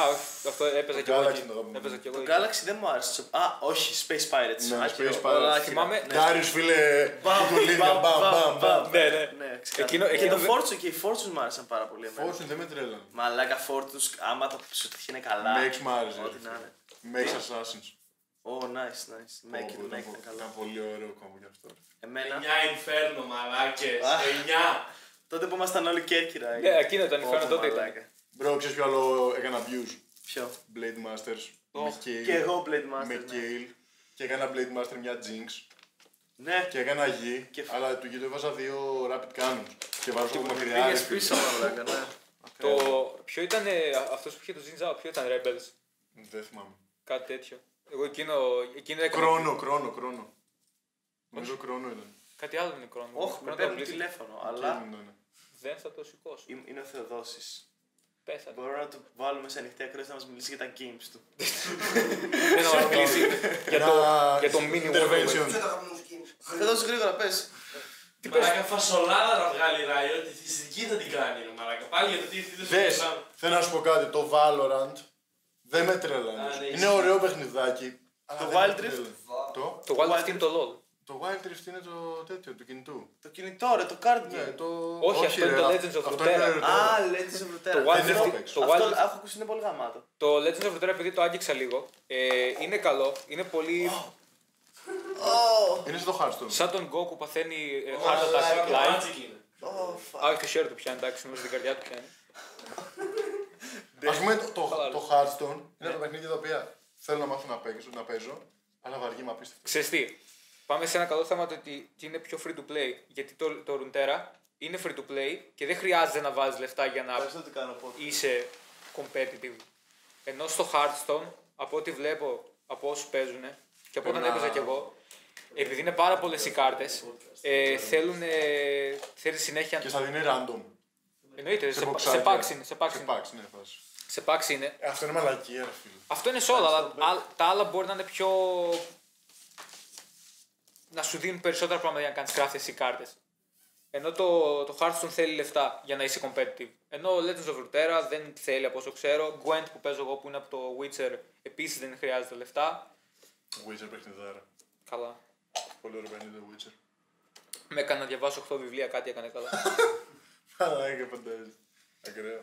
C: αυτό έπαιζα
B: Το
C: κι εγώ.
B: Galaxy
C: εκεί.
B: είναι το αγαπημένο.
C: Έπαιζα κι εγώ.
A: Το
C: εκεί.
A: Galaxy δεν μου άρεσε. Α, όχι, Space Pirates.
B: Ναι,
A: Άκυρο.
B: Space Pirates.
A: Όλα άκυρα.
C: Θυμάμαι-
A: Ναι.
B: Ντάρις φίλε,
A: Μπαμ,
B: κουκουλίδια,
A: μπαμ,
B: μπαμ, μπαμ,
A: μπαμ,
B: μπαμ.
C: Ναι, ναι.
A: Ναι, ξεκάθαρα.
C: Εκείνο-
A: Και
C: εκείνο
A: το
C: δε-
A: Fortune και οι Fortunes μου άρεσαν πάρα πολύ. εμένα.
B: Fortune δεν με τρέλανε.
A: Μαλάκα Fortunes, άμα τα σου τυχαίνει καλά.
B: Makes μ' άρεσε.
A: Ό,τι
B: ρε
A: να
B: φίλε.
A: είναι.
B: Makes Assassins.
A: Oh, nice, nice. Make
B: Πω, πω,
A: it,
B: ήταν
A: make
B: πο-
A: it
B: Ήταν
A: καλά.
B: πολύ ωραίο κόμμα γι' αυτό.
A: Εμένα,
E: 9 Inferno, μαλάκες.
A: Α.
E: 9.
A: τότε που ήμασταν όλοι Κέρκυρα.
C: Ναι, εκείνο ήταν.
A: Ω,
C: Φαίνονταν τότε
A: μαλάκα.
C: ήταν.
B: Μπρο, ξέρεις ποιο άλλο έκανα views.
A: Ποιο.
B: Blade Masters.
C: Ω,
B: με Kale.
A: Και εγώ Blade
B: Ε, Με
A: Master. ναι.
B: Kale. Και έκανα Blade Master μια Jinx.
A: Ναι,
B: Και έκανα γη.
A: Και-
B: Αλλά του γη του έβαζα δύο Rapid Cannons. Και βάζω από μακριά. ρε
A: πήγες
B: φίλε.
A: πίσω μαλάκα, ναι.
B: Ε,
C: Το. Ποιο ήταν αυτός που είχε το Zinzao, ποιο ήταν Rebels.
B: Δεν θυμάμαι.
C: Κάτι τέτοιο. Εγώ εκείνο. εκείνο έκανα-
B: Κρόνο, κρόνο, κρόνο. Νομίζω κρόνο ήταν.
C: Κάτι άλλο είναι κρόνο.
A: Όχι,
C: Κρόνο
A: πρέπει να
C: τα
A: το
C: αγγλικά.
A: τηλέφωνο, αλλά
B: Εκείνο είναι.
C: Δεν θα το σηκώσω.
A: ε- είναι ο Θεοδόσης.
C: Πέθανε.
A: Μπορώ να του βάλουμε σε ανοιχτή ακρόαση να μας μιλήσει για τα games του.
C: Δεν θα μας μιλήσει για το,
B: Ένα
C: για το mini
B: intervention.
C: Warhammer.
D: Ποιο το αγαπημένο σου game.
A: Θεοδόση, Ε, γρήγορα πες.
C: Τι πες.
E: Μαράκα φασολάδα να βγάλει Riot, τη θυστική θα την κάνει ρε μαράκα. Πάλι για το τι ευθύνη σου
B: Δες, θέλω να σου πω κάτι. Το Valorant δεν με
E: Α, ναι,
B: τρελαίνει. Είναι
E: ισχύει.
B: ωραίο παιχνιδάκι. αλλά
A: Το
B: δεν με
A: Wild Rift.
B: τρελαίνει. Το,
C: Το Wild Rift είναι το LOL.
B: το Wild Rift είναι το τέτοιο, του κινητού.
A: Το κινητό, ρε, το card
B: Ναι,
A: game.
B: το...
C: Όχι, αυτό είναι το
B: ρε,
C: Legends of
B: αυτό
C: Runeterra.
B: είναι ρε,
A: Α, λέει τη Ευρωτέρα.
C: Το Wild
B: Δεν
C: Rift-
B: έχω παίξει.
C: το
A: Αυτό
C: Wild Rift-
A: έχω ακούσει είναι πολύ γαμάτο.
C: Το Legends of Runeterra επειδή το άγγιξα λίγο, ε, είναι καλό, είναι πολύ
B: Είναι στο Hearthstone.
C: ναι. σαν τον Goku παθαίνει ε,
E: Ω,
C: heart attack
E: μαλάκα,
C: live.
E: μάτσικ είναι.
D: Ω, fuck.
C: Α, όχι το χέρι του πιάνει, εντάξει, νομίζω την καρδιά του πιάνει.
B: Ας πούμε το, το,
C: Χαλάρη.
B: το Hearthstone
C: Ναι.
B: είναι τα παιχνίδια τα οποία θέλω να μάθω να παίξω, να παίζω, αλλά βαριέμαι απίστευτα.
C: Ξέρεις τι, πάμε σε ένα καλό θέμα το ότι τι είναι πιο free to play, γιατί το, το Runeterra είναι free to play και δεν χρειάζεται να βάζεις λεφτά για να
A: Ευχαριστώ τι κάνω πότε.
C: είσαι competitive. Ενώ στο Hearthstone, από ό,τι βλέπω από όσους παίζουν και από όταν
B: Ένα-
C: έπαιζα κι εγώ, επειδή είναι πάρα πολλές οι κάρτες, ε, θέλουν. Ε, θέλεις συνέχεια.
B: Και στα δίνει random.
C: Εννοείται, Ε, σε,
B: box
C: σε
B: άκια.
C: packs είναι. Σε packs
B: Σε
C: είναι.
B: packs, ναι, φάση.
C: Σε packs είναι.
B: Ε, Αυτό είναι μαλακία, ρε φίλε.
C: Αυτό είναι σε όλα, αλλά α- τα άλλα μπορεί να είναι πιο. να σου δίνουν περισσότερα πράγματα για να κάνεις craft εσύ κάρτες. Ενώ το, το Hearthstone θέλει λεφτά για να είσαι competitive. Ενώ ο Legends of Runeterra δεν θέλει από όσο ξέρω. Gwent που παίζω εγώ που είναι από το Witcher επίσης δεν χρειάζεται λεφτά.
B: Witcher παιχνιδάρα.
C: Καλά.
B: Πολύ ωραίο παιχνίδι το Witcher.
C: Με έκανε να διαβάσω 8 βιβλία, κάτι έκανε καλά. <laughs>
B: Αλλά και φαντάζει. Ακραίο.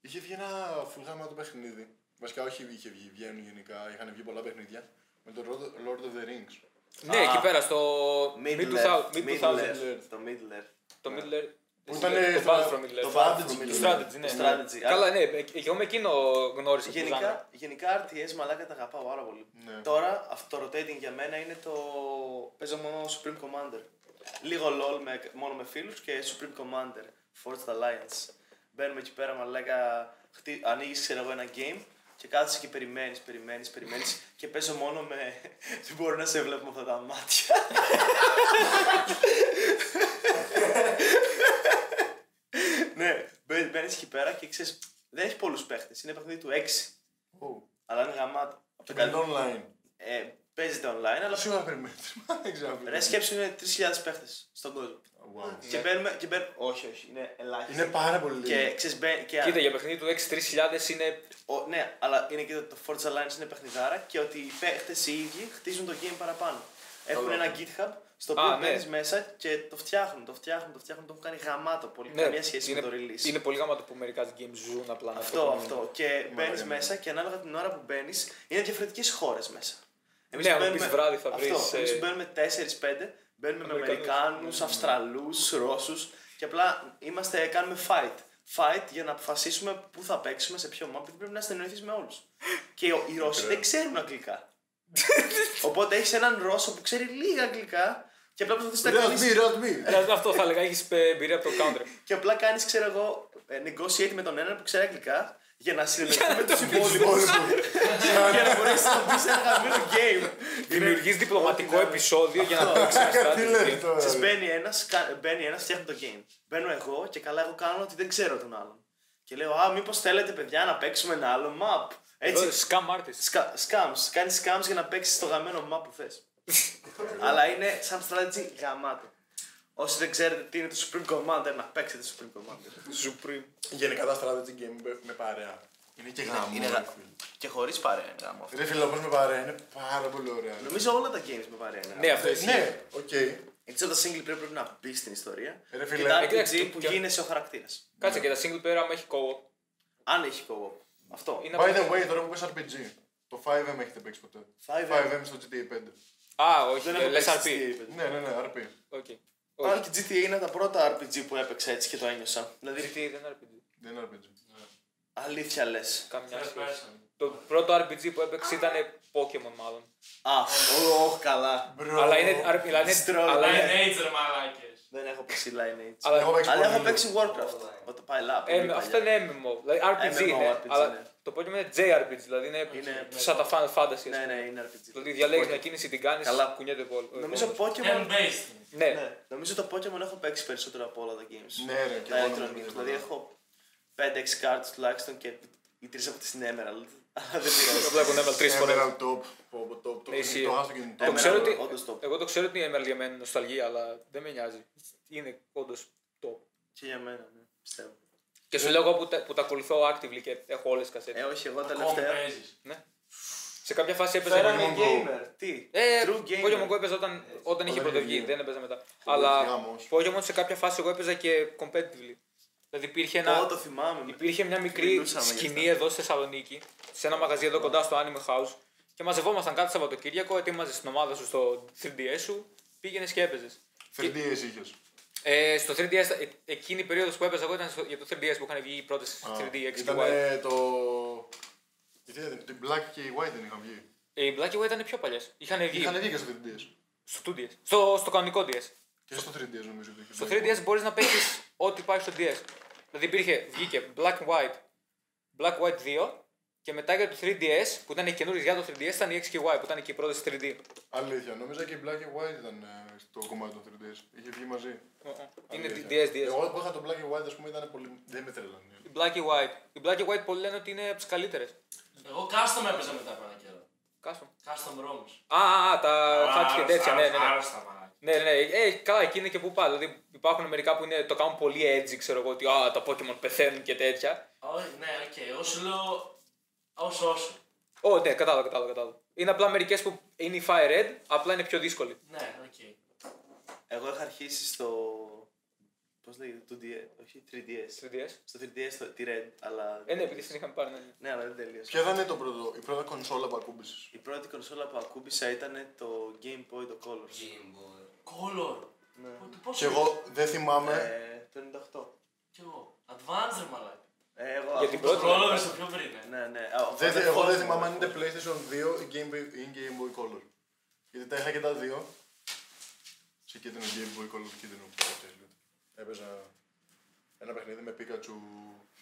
B: Είχε βγει ένα φουλγάμα το παιχνίδι. Βασικά όχι είχε βγει, βγαίνουν γενικά, είχαν βγει πολλά παιχνίδια. Με το Lord- Lord of the Rings.
C: ναι, εκεί πέρα στο.
A: Middle-earth.
C: Mid-2000. Mid-2000.
A: Middle-earth. Το Ναι. Middle-earth.
C: Το Middle-earth.
B: Που ήταν, ε,
C: Το
B: στο-
C: Battle from
A: Το
C: Middle-earth.
A: Strategy.
B: Strategy.
C: Το Strategy, ναι.
A: Το strategy.
C: Καλά, ναι, ε, εγώ με εκείνο γνώρισα το genre.
A: Γενικά, γενικά RTS μαλάκα τα αγαπάω πάρα πολύ.
B: Ναι.
A: Τώρα αυτό το rotating για μένα είναι το. Παίζω μόνο Supreme Commander. Λίγο LOL με, μόνο με φίλους και Supreme Commander. Forged Alliance. Μπαίνουμε εκεί πέρα μαλάκα. Χτι... Ανοίγεις, ξέρω εγώ, ένα game και κάθεσαι και περιμένεις, περιμένεις, περιμένεις. και παίζω μόνο με. <laughs> Δεν μπορεί να σε βλέπω με αυτά τα μάτια. <laughs> ναι, μπαίνεις εκεί πέρα και ξέρεις. Δεν έχεις πολλούς παίχτες. Είναι παιχνίδι του 6.
B: Oh.
A: Αλλά είναι γαμάτο.
B: Και
C: Ναι.
B: με το online.
A: Ε, παίζεται online, αλλά
B: Σίγουρα περιμέτρημα, <laughs> δεν ξέρω. αν
A: ρε σκέψου είναι 3.000 παίχτες στον κόσμο.
B: Wow.
C: Ναι.
A: Και μπαίνουμε. Και μπαίνουμε... Όχι, όχι, είναι ελάχιστο.
B: Είναι πάρα πολύ
A: Και
B: λίγα.
A: ξέρεις, μπαίνει- και,
C: Κοίτα, για παιχνίδι του 6-3000 είναι.
A: ο, ναι, αλλά είναι και το, το Forza Alliance είναι παιχνιδάρα και ότι οι παίχτες οι ίδιοι χτίζουν το game παραπάνω. Έχουν
B: Καλό.
A: ένα GitHub στο
C: Α,
A: οποίο
C: ναι.
A: μπαίνεις μέσα και το φτιάχνουν, το φτιάχνουν, το φτιάχνουν, το έχουν κάνει γαμάτο πολύ. καμία σχέση
C: Ναι, είναι,
A: με το release.
C: Είναι πολύ γάμα το που μερικά games ζουν απλά. να
A: Αυτό,
C: το κάνουν.
A: αυτό. Και μπαίνεις
B: ναι.
A: μέσα και ανάλογα την ώρα που μπαίνεις, είναι διαφορετικές χώρες μέσα.
C: Ναι,
A: που
C: άμα πεις βράδυ θα βρεις,
A: Αυτό. Εμείς
C: ε,
A: που μπαίνουμε 4-5, μπαίνουμε με
C: Αμερικανούς. Ναι.
A: Αμερικάνου, Αυστραλούς, Ρώσους και απλά είμαστε, κάνουμε fight. Fight για να αποφασίσουμε πού θα παίξουμε, σε ποιο map, γιατί πρέπει να συνεννοηθεί με όλους. Και ο- οι Ρώσοι δεν ξέρουν αγγλικά. Οπότε έχεις έναν Ρώσο που ξέρει λίγα αγγλικά και απλά προσπαθείς να
B: Rat me,
A: κάνει.
B: rat me.
C: Ε, Αυτό θα έλεγα, έχεις εμπειρία από το counter.
A: Και απλά κάνεις, ξέρω εγώ, ε, negotiate με τον έναν που ξέρει αγγλικά για να συνεννοηθεί με του υπόλοιπου.
B: Λοιπόν, <laughs>
A: για να μπορέσει να μπεις ένα γαμμένο game.
C: Δημιουργείς διπλωματικό
A: Ό,τι να-
C: επεισόδιο για να παίξει
A: <laughs>
B: Τι λες
C: strategy.
B: τώρα.
A: Σας
B: ρε.
A: μπαίνει ένας, μπαίνει ένας, φτιάχνει το game. Μπαίνω εγώ και καλά, εγώ κάνω ότι δεν ξέρω τον άλλον. Και λέω, Α, μήπως θέλετε παιδιά να παίξουμε ένα άλλο map.
C: Εδώ,
A: Έτσι.
C: Scam artist.
A: Σκα, scams. Κάνεις scams για να παίξεις το γαμμένο map που θες.
C: <laughs>
A: Αλλά είναι σαν strategy γαμάτο. Όσοι δεν ξέρετε τι είναι το Supreme Commander, να παίξετε Supreme Commander.
C: Supreme.
B: Γενικά τα strategy game με- με παρέα. Είναι και γαμό.
A: είναι
B: ρε
A: γα-
B: φίλε.
A: Και χωρίς παρέα είναι γάμο αυτό.
B: Ρε φίλε, όπως με παρέα είναι πάρα πολύ ωραία.
A: Νομίζω όλα τα games με παρέα είναι
C: Ναι,
A: γάμο.
C: αυτό ισχύει.
B: Ναι, οκ.
A: Έτσι, τα single player πρέπει να μπει στην ιστορία.
B: Ρε
A: Και
B: φίλε, ε,
A: τα
C: εντάξει,
A: RPG
C: το-
A: που
C: και-
A: γίνεσαι ο χαρακτήρας.
C: Κάτσε και τα single player άμα έχει co-op.
A: Αν έχει κόβο. Αυτό.
C: Είναι
B: by
C: από-
B: the way, τώρα που πες RPG, το 5M έχετε παίξει ποτέ.
A: 5M.
B: 5M στο GTA 5.
C: Α, όχι, ε,
A: έχω
C: λες
A: παίξει
C: RP.
A: GTA, παιδιά.
B: Ναι, ναι, ναι, RP.
C: Οκ.
A: Πάλι
C: Όχι,
A: και GTA είναι τα πρώτα RPG που έπαιξα έτσι και το ένιωσα.
C: GTA
A: Δηλαδή,
C: δεν είναι RPG.
B: Δεν είναι RPG.
A: αλήθεια λες.
C: Καμιά
E: First
C: σχέση.
E: person.
C: Το πρώτο RPG που έπαιξε ήταν Pokémon μάλλον.
A: Α, όχι, καλά.
B: Bro.
C: Αλλά είναι. αρ- αλλά είναι-
A: Destroy.
C: αλλά είναι-
E: Lineage, ρε μαλάκες.
A: Δεν έχω παίξει Lineage.
C: αλλά-
B: Εγώ παίξω
A: Αλλά έχω
B: πολύ
A: παίξει
B: λίγο.
A: Warcraft. Όταν πάει λάπ.
C: Ε, αυτό Ε, είναι MMO. Δηλαδή RPG
A: MMO,
C: είναι.
A: RPG, ναι.
C: Αλλά Το Pokemon είναι JRPG, δηλαδή είναι,
A: Είναι-
C: σαν τα Final Fantasy. ας πούμε.
A: Ναι, ναι, είναι RPG.
C: Δηλαδή διαλέγεις μια κίνηση, την κάνεις,
A: Καλά.
C: κουνιέται πολύ.
A: Νομίζω Pokemon.
E: Turn-based.
C: Ναι.
E: είναι.
A: Ναι. Νομίζω το Pokemon έχω παίξει περισσότερο από όλα τα games.
B: Ναι, ρε, και
A: τα
B: εγώ
A: electronic
B: νομίζω,
A: games.
B: ναι.
A: Δηλαδή έχω 5-6 cards τουλάχιστον και οι τρεις από τι είναι Emerald. <laughs> Αλλά
B: <laughs>
A: δεν
C: Το
A: πειράζει.
C: Black Emerald τρεις
A: Ναι,
C: φορές.
B: Emerald top. Πω, πω, top. Το
C: Ναι, ισχύει.
B: κινητό, άσε το κινητό.
C: Το
A: Emerald,
C: ξέρω ότι-
A: όντως το.
C: Εγώ το ξέρω ότι είναι Emerald για μένα είναι νοσταλγία, αλλά δεν με νοιάζει. Είναι όντως top.
A: Και για μένα, ναι, πιστεύω.
C: Και σου λέω εγώ που τα, που τα ακολουθώ actively και έχω όλες τις κασέτες.
A: Ε, όχι, εγώ
E: Ακόμα
A: τελευταία.
E: παίζεις.
C: Ναι. Σε κάποια φάση έπαιζα.
A: Φέραμε
B: Pokemon Go.
A: gamer. Τι.
C: Ε,
A: True
C: Pokemon Go
A: gamer.
C: έπαιζα όταν, όταν είχε
B: Όταν
C: πρωτοβγεί,
B: είχε.
C: δεν έπαιζα μετά. Αλλά
B: γάμος, όχι.
C: Pokemon σε κάποια φάση εγώ έπαιζα και competitively. Δηλαδή υπήρχε ένα.
A: Πω, το θυμάμαι.
C: Υπήρχε μια μικρή
A: Μιλούσαμε γι'
C: σκηνή
A: αυτά. Ναι.
C: εδώ στη Θεσσαλονίκη, σε ένα μαγαζί εδώ κοντά στο Anime House και μαζευόμασταν κάθε Σαββατοκύριακο, ετοίμαζες την ομάδα σου στο 3DS σου, πήγαινες και έπαιζες.
B: 3D είχες.
C: Ε, στο 3DS, ε, εκείνη η περίοδος που έπαιζα εγώ ήταν στο- για το 3DS που είχαν βγει οι πρώτες 3D, 6
B: Ήταν
C: y
B: το... Τι ήταν, την black και η white δεν είχαν βγει.
C: Ε, Οι Black and White ήταν πιο παλιές. Είχαν βγει
B: Είχαν βγει και στο 3DS.
C: στο 2DS. Στο, στο κανονικό DS.
B: Και στο 3DS νομίζω. ότι είχε
C: Στο
B: black.
C: 3DS μπορείς να παίξεις ό,τι υπάρχει στο DS. Δηλαδή υπήρχε, βγήκε Black and White, Black and White 2 και μετά για το 3DS που ήταν καινούριε για το 3DS ήταν η X και Y που ήταν και οι πρώτε 3D.
B: Αλήθεια, νόμιζα και η black και white ήταν ε, στο κομμάτι των 3DS. Είχε βγει μαζί.
C: Είναι
B: Αλήθεια.
C: DS, DS.
B: Εγώ που είχα το black και white, ας πούμε, ήταν πολύ. Δεν με τρελανε.
C: Η Black and White. Η Black and White πολλοί λένε ότι είναι από τις καλύτερες.
E: Εγώ custom έπαιζα μετά από ένα καιρό.
C: Κάστο.
E: Custom ROMs.
C: Α, α, α, τα χάτια και τέτοια. Ναι, ναι, ναι.
E: Άρρωστα, μαλάκα.
C: Ναι, ναι, ναι. Ε, καλά, εκεί είναι και που πάει. Δηλαδή υπάρχουν μερικά που είναι, το κάνουν πολύ edgy, ξέρω εγώ, ότι α, τα Pokémon πεθαίνουν και τέτοια.
E: Όχι, ναι, οκ. Εγώ σου λέω όσο όσο.
C: Ω, ναι, κατάλαβα, κατάλαβα, κατάλαβα. Είναι απλά μερικές που είναι η Fire Red, απλά είναι πιο δύσκολη.
E: Ναι, οκ.
A: Εγώ είχα αρχίσει στο. Πώς λέγεται, 2D, όχι 3DS.
C: 3DS.
A: Στο 3DS το- τη Red, αλλά.
C: Ε, ναι, επειδή την είχαμε πάρει. ναι.
A: Ναι, αλλά δεν τέλειωσα.
B: Ποια ήταν το πρώτο, η πρώτα κονσόλα που ακούμπησες.
A: Η πρώτη κονσόλα που ακούμπησα ήταν το Game Boy το Colors.
E: Color.
A: Ναι.
E: Πο- Πόσο.
B: Και εγώ δεν θυμάμαι.
A: Ε, το 98.
E: Κι εγώ. Advanced ρε μαλάκα.
A: Ε, εγώ
C: Για
A: ακούω
C: την
A: το
C: πρώτη.
A: Colors.
E: Color είναι στο πιο πριν. ε.
A: Ναι, ναι. Α, ο
B: Δεν, θυ- εγώ δεν
A: αδερφός
B: θυμάμαι
A: μου,
B: αν είναι
A: αδερφός.
B: PlayStation 2 ή Game Boy, ή Game Boy Color. Γιατί τα είχα και τα δύο. Σε κίτρινο Game Boy Color, κίτρινο. Έπαιζα ένα παιχνίδι με Pikachu.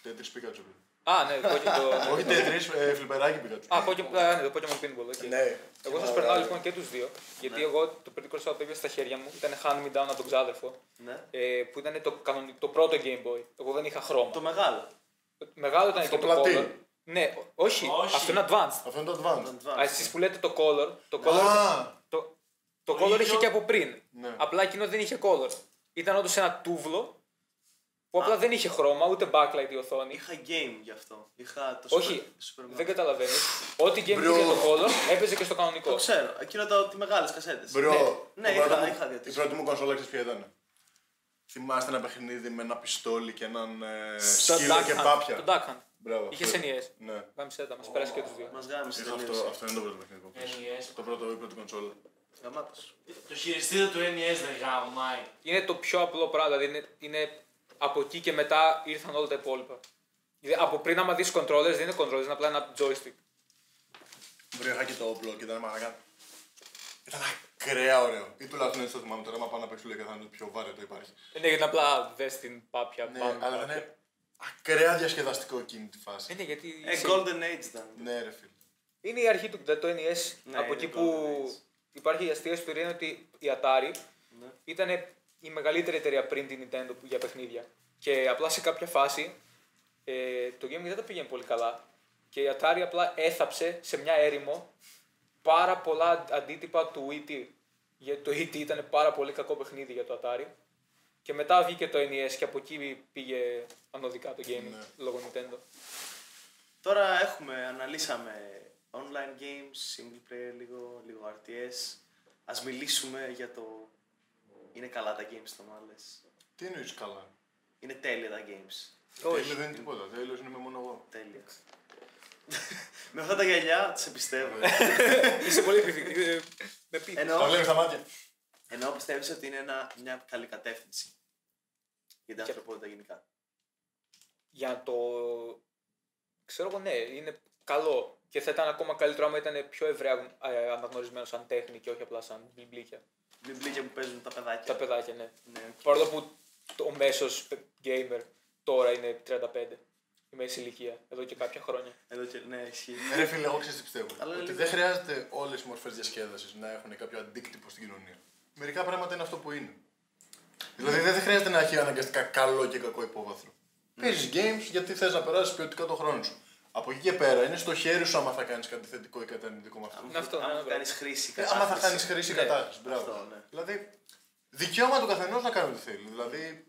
B: Τέτρι Pikachu.
C: Α, <laughs> ναι, το Pokémon.
B: Όχι Tetris, ε, φλιπεράκι Pikachu.
C: Α, Pokémon, α, ναι, το Pokémon Pinball. οκ.
B: Ναι.
C: Εγώ σας περνάω λοιπόν και τους δύο. Γιατί εγώ το πρώτο κορσό που έπιασε στα χέρια μου ήταν hand me down από τον ξάδερφο.
A: Ναι.
C: ε, που ήταν το, κανονι- το πρώτο Game Boy. Εγώ δεν είχα χρώμα.
A: Το μεγάλο.
C: Μεγάλο ήταν
B: Αυτό
C: και το
B: πλατή.
C: color. Ναι, ό- όχι,
E: Όχι.
C: αυτό είναι advanced.
B: Αυτό είναι το Advanced.
A: Advanced.
C: Α, εσείς που λέτε το color, το color,
B: Α,
C: το, το
E: Το
C: color είχε
E: ίδιο.
C: και από πριν.
B: Ναι.
C: Απλά εκείνο δεν είχε color. Ήταν όντως ένα τούβλο που απλά δεν είχε χρώμα, ούτε backlight η οθόνη.
A: Είχα game γι' αυτό. Είχα το
C: Όχι,
A: Super, Super Mario.
C: δεν καταλαβαίνεις. Ό,τι game
B: Μπρο.
C: είχε το color έπαιζε και στο κανονικό.
A: Το ξέρω. Εκείνο το, τι μεγάλες κασέτες.
B: Μπρο,
A: Ναι,
B: το πρώτο
A: είχα-
B: μου-
A: είχα δύο, τρεις.
B: η πρώτη μου κονσόλα ξέρεις ποια ήταν. Θυμάστε ένα παιχνίδι με ένα πιστόλι και έναν ε,
C: Το
B: σκύλο και
C: Duck Hunt,
B: πάπια.
C: Το Duck Hunt.
B: Μπράβο.
C: Είχες
B: αυτό.
C: NES.
B: Ναι.
C: Γάμισε τα, μας πέρασε και τους δύο.
A: Μας γάμισε.
B: Είχα
A: τελείωσε.
B: αυτό, αυτό είναι το πρώτο παιχνίδι που έχω.
E: NES.
B: Το πρώτο, η πρώτη κονσόλα.
A: Γαμάτος.
E: Το χειριστήριο του NES δεν γαμάει.
C: είναι το πιο απλό πράγμα. Δηλαδή είναι, είναι από εκεί και μετά ήρθαν όλα τα υπόλοιπα. Δηλαδή από πριν, άμα δεις controllers, δεν είναι controllers, είναι απλά ένα joystick.
B: Βρήκα είχα και το όπλο και ήταν μαλακά. Ήταν ακραία ωραίο. Ή τουλάχιστον έτσι το θυμάμαι τώρα, άμα πάω να παίξω λέει, θα είναι το πιο βάρετο υπάρχει.
C: Ε, Ναι, γιατί απλά δες την πάπια.
B: Ναι,
C: πάμε,
B: αλλά
C: πάπια.
B: ήταν ακραία διασκεδαστικό εκείνη τη
C: Ε,
B: φάση.
C: ναι, γιατί.
A: Ε,
C: είσαι-
A: Golden Age ήταν.
B: Ναι, ρε φίλε.
C: Είναι η αρχή του. Δηλαδή το NES
A: Ναι,
C: από
A: είναι
C: εκεί
A: το
C: που
A: NES.
C: υπάρχει η αστεία ιστορία είναι ότι η Atari
A: Ναι.
C: ήταν η μεγαλύτερη εταιρεία πριν την Nintendo που- για παιχνίδια. Και απλά σε κάποια φάση ε, το gaming δεν τα πήγαινε πολύ καλά. Και η Atari απλά έθαψε σε μια έρημο πάρα πολλά αντίτυπα του E.T. Γιατί το E.T. ήταν πάρα πολύ κακό παιχνίδι για το Atari. Και μετά βγήκε το NES και από εκεί πήγε ανωδικά το gaming
B: Ναι.
C: λόγω Nintendo.
A: Τώρα έχουμε, αναλύσαμε online games, single player λίγο, λίγο RTS. Ας μιλήσουμε για το... Είναι καλά τα games το μάλλες.
B: Τι εννοείς καλά.
A: Είναι τέλεια τα games.
B: Τέλειο δεν είναι τίποτα. Τέλειος είναι με μόνο εγώ.
A: Τέλεια. <laughs> Με αυτά τα γυαλιά σε πιστεύω.
B: Ε,
C: Είσαι πολύ επιθυ- ε, με πείτε.
B: Ναι. Τα
A: Εννοώ,
B: βλέπει τα μάτια.
A: εννοώ πιστεύεις ότι είναι ένα, μια καλή κατεύθυνση για την
C: Και-
A: ανθρωπότητα γενικά.
C: για να το. Ξέρω εγώ, ναι, είναι καλό. Και θα ήταν ακόμα καλύτερο άμα ήταν πιο ευρέα ε, αναγνωρισμένο σαν τέχνη και όχι απλά σαν μπλιμπλίκια.
A: Μπιμπλίκια που παίζουν τα παιδάκια.
C: Τα παιδάκια, ναι.
A: Ναι.
C: Παρόλο που το- ο μέσος gamer τώρα είναι 35. η μέση ηλικία εδώ και κάποια χρόνια.
A: Εδώ και ναι, ισχύει.
B: Ρε φίλε, εγώ ξέρεις τι πιστεύω.
A: Αλλά
B: ότι
A: λίγο-
B: δεν χρειάζεται όλες οι μορφές διασκέδασης να έχουν κάποιο αντίκτυπο στην κοινωνία. Μερικά πράγματα είναι αυτό που είναι. Δηλαδή δεν χρειάζεται να έχει αναγκαστικά καλό και κακό υπόβαθρο.
A: Ναι.
B: Παίζεις games γιατί θες να περάσεις ποιοτικά τον χρόνο σου. Από εκεί και πέρα είναι στο χέρι σου άμα θα κάνεις κάτι θετικό ή κάτι αρνητικό με αυτό.
A: Αν
C: Ναι, αυτό, ναι, ναι.
A: κάνεις χρήση.
B: Ε,
A: κατάχρηση.
B: άμα θα χάνει χρήση
C: Ναι,
B: κατάσταση. Μπράβο.
A: αυτό, ναι.
B: Δηλαδή, δικαίωμα του καθενός να κάνει ό,τι θέλει. Δηλαδή,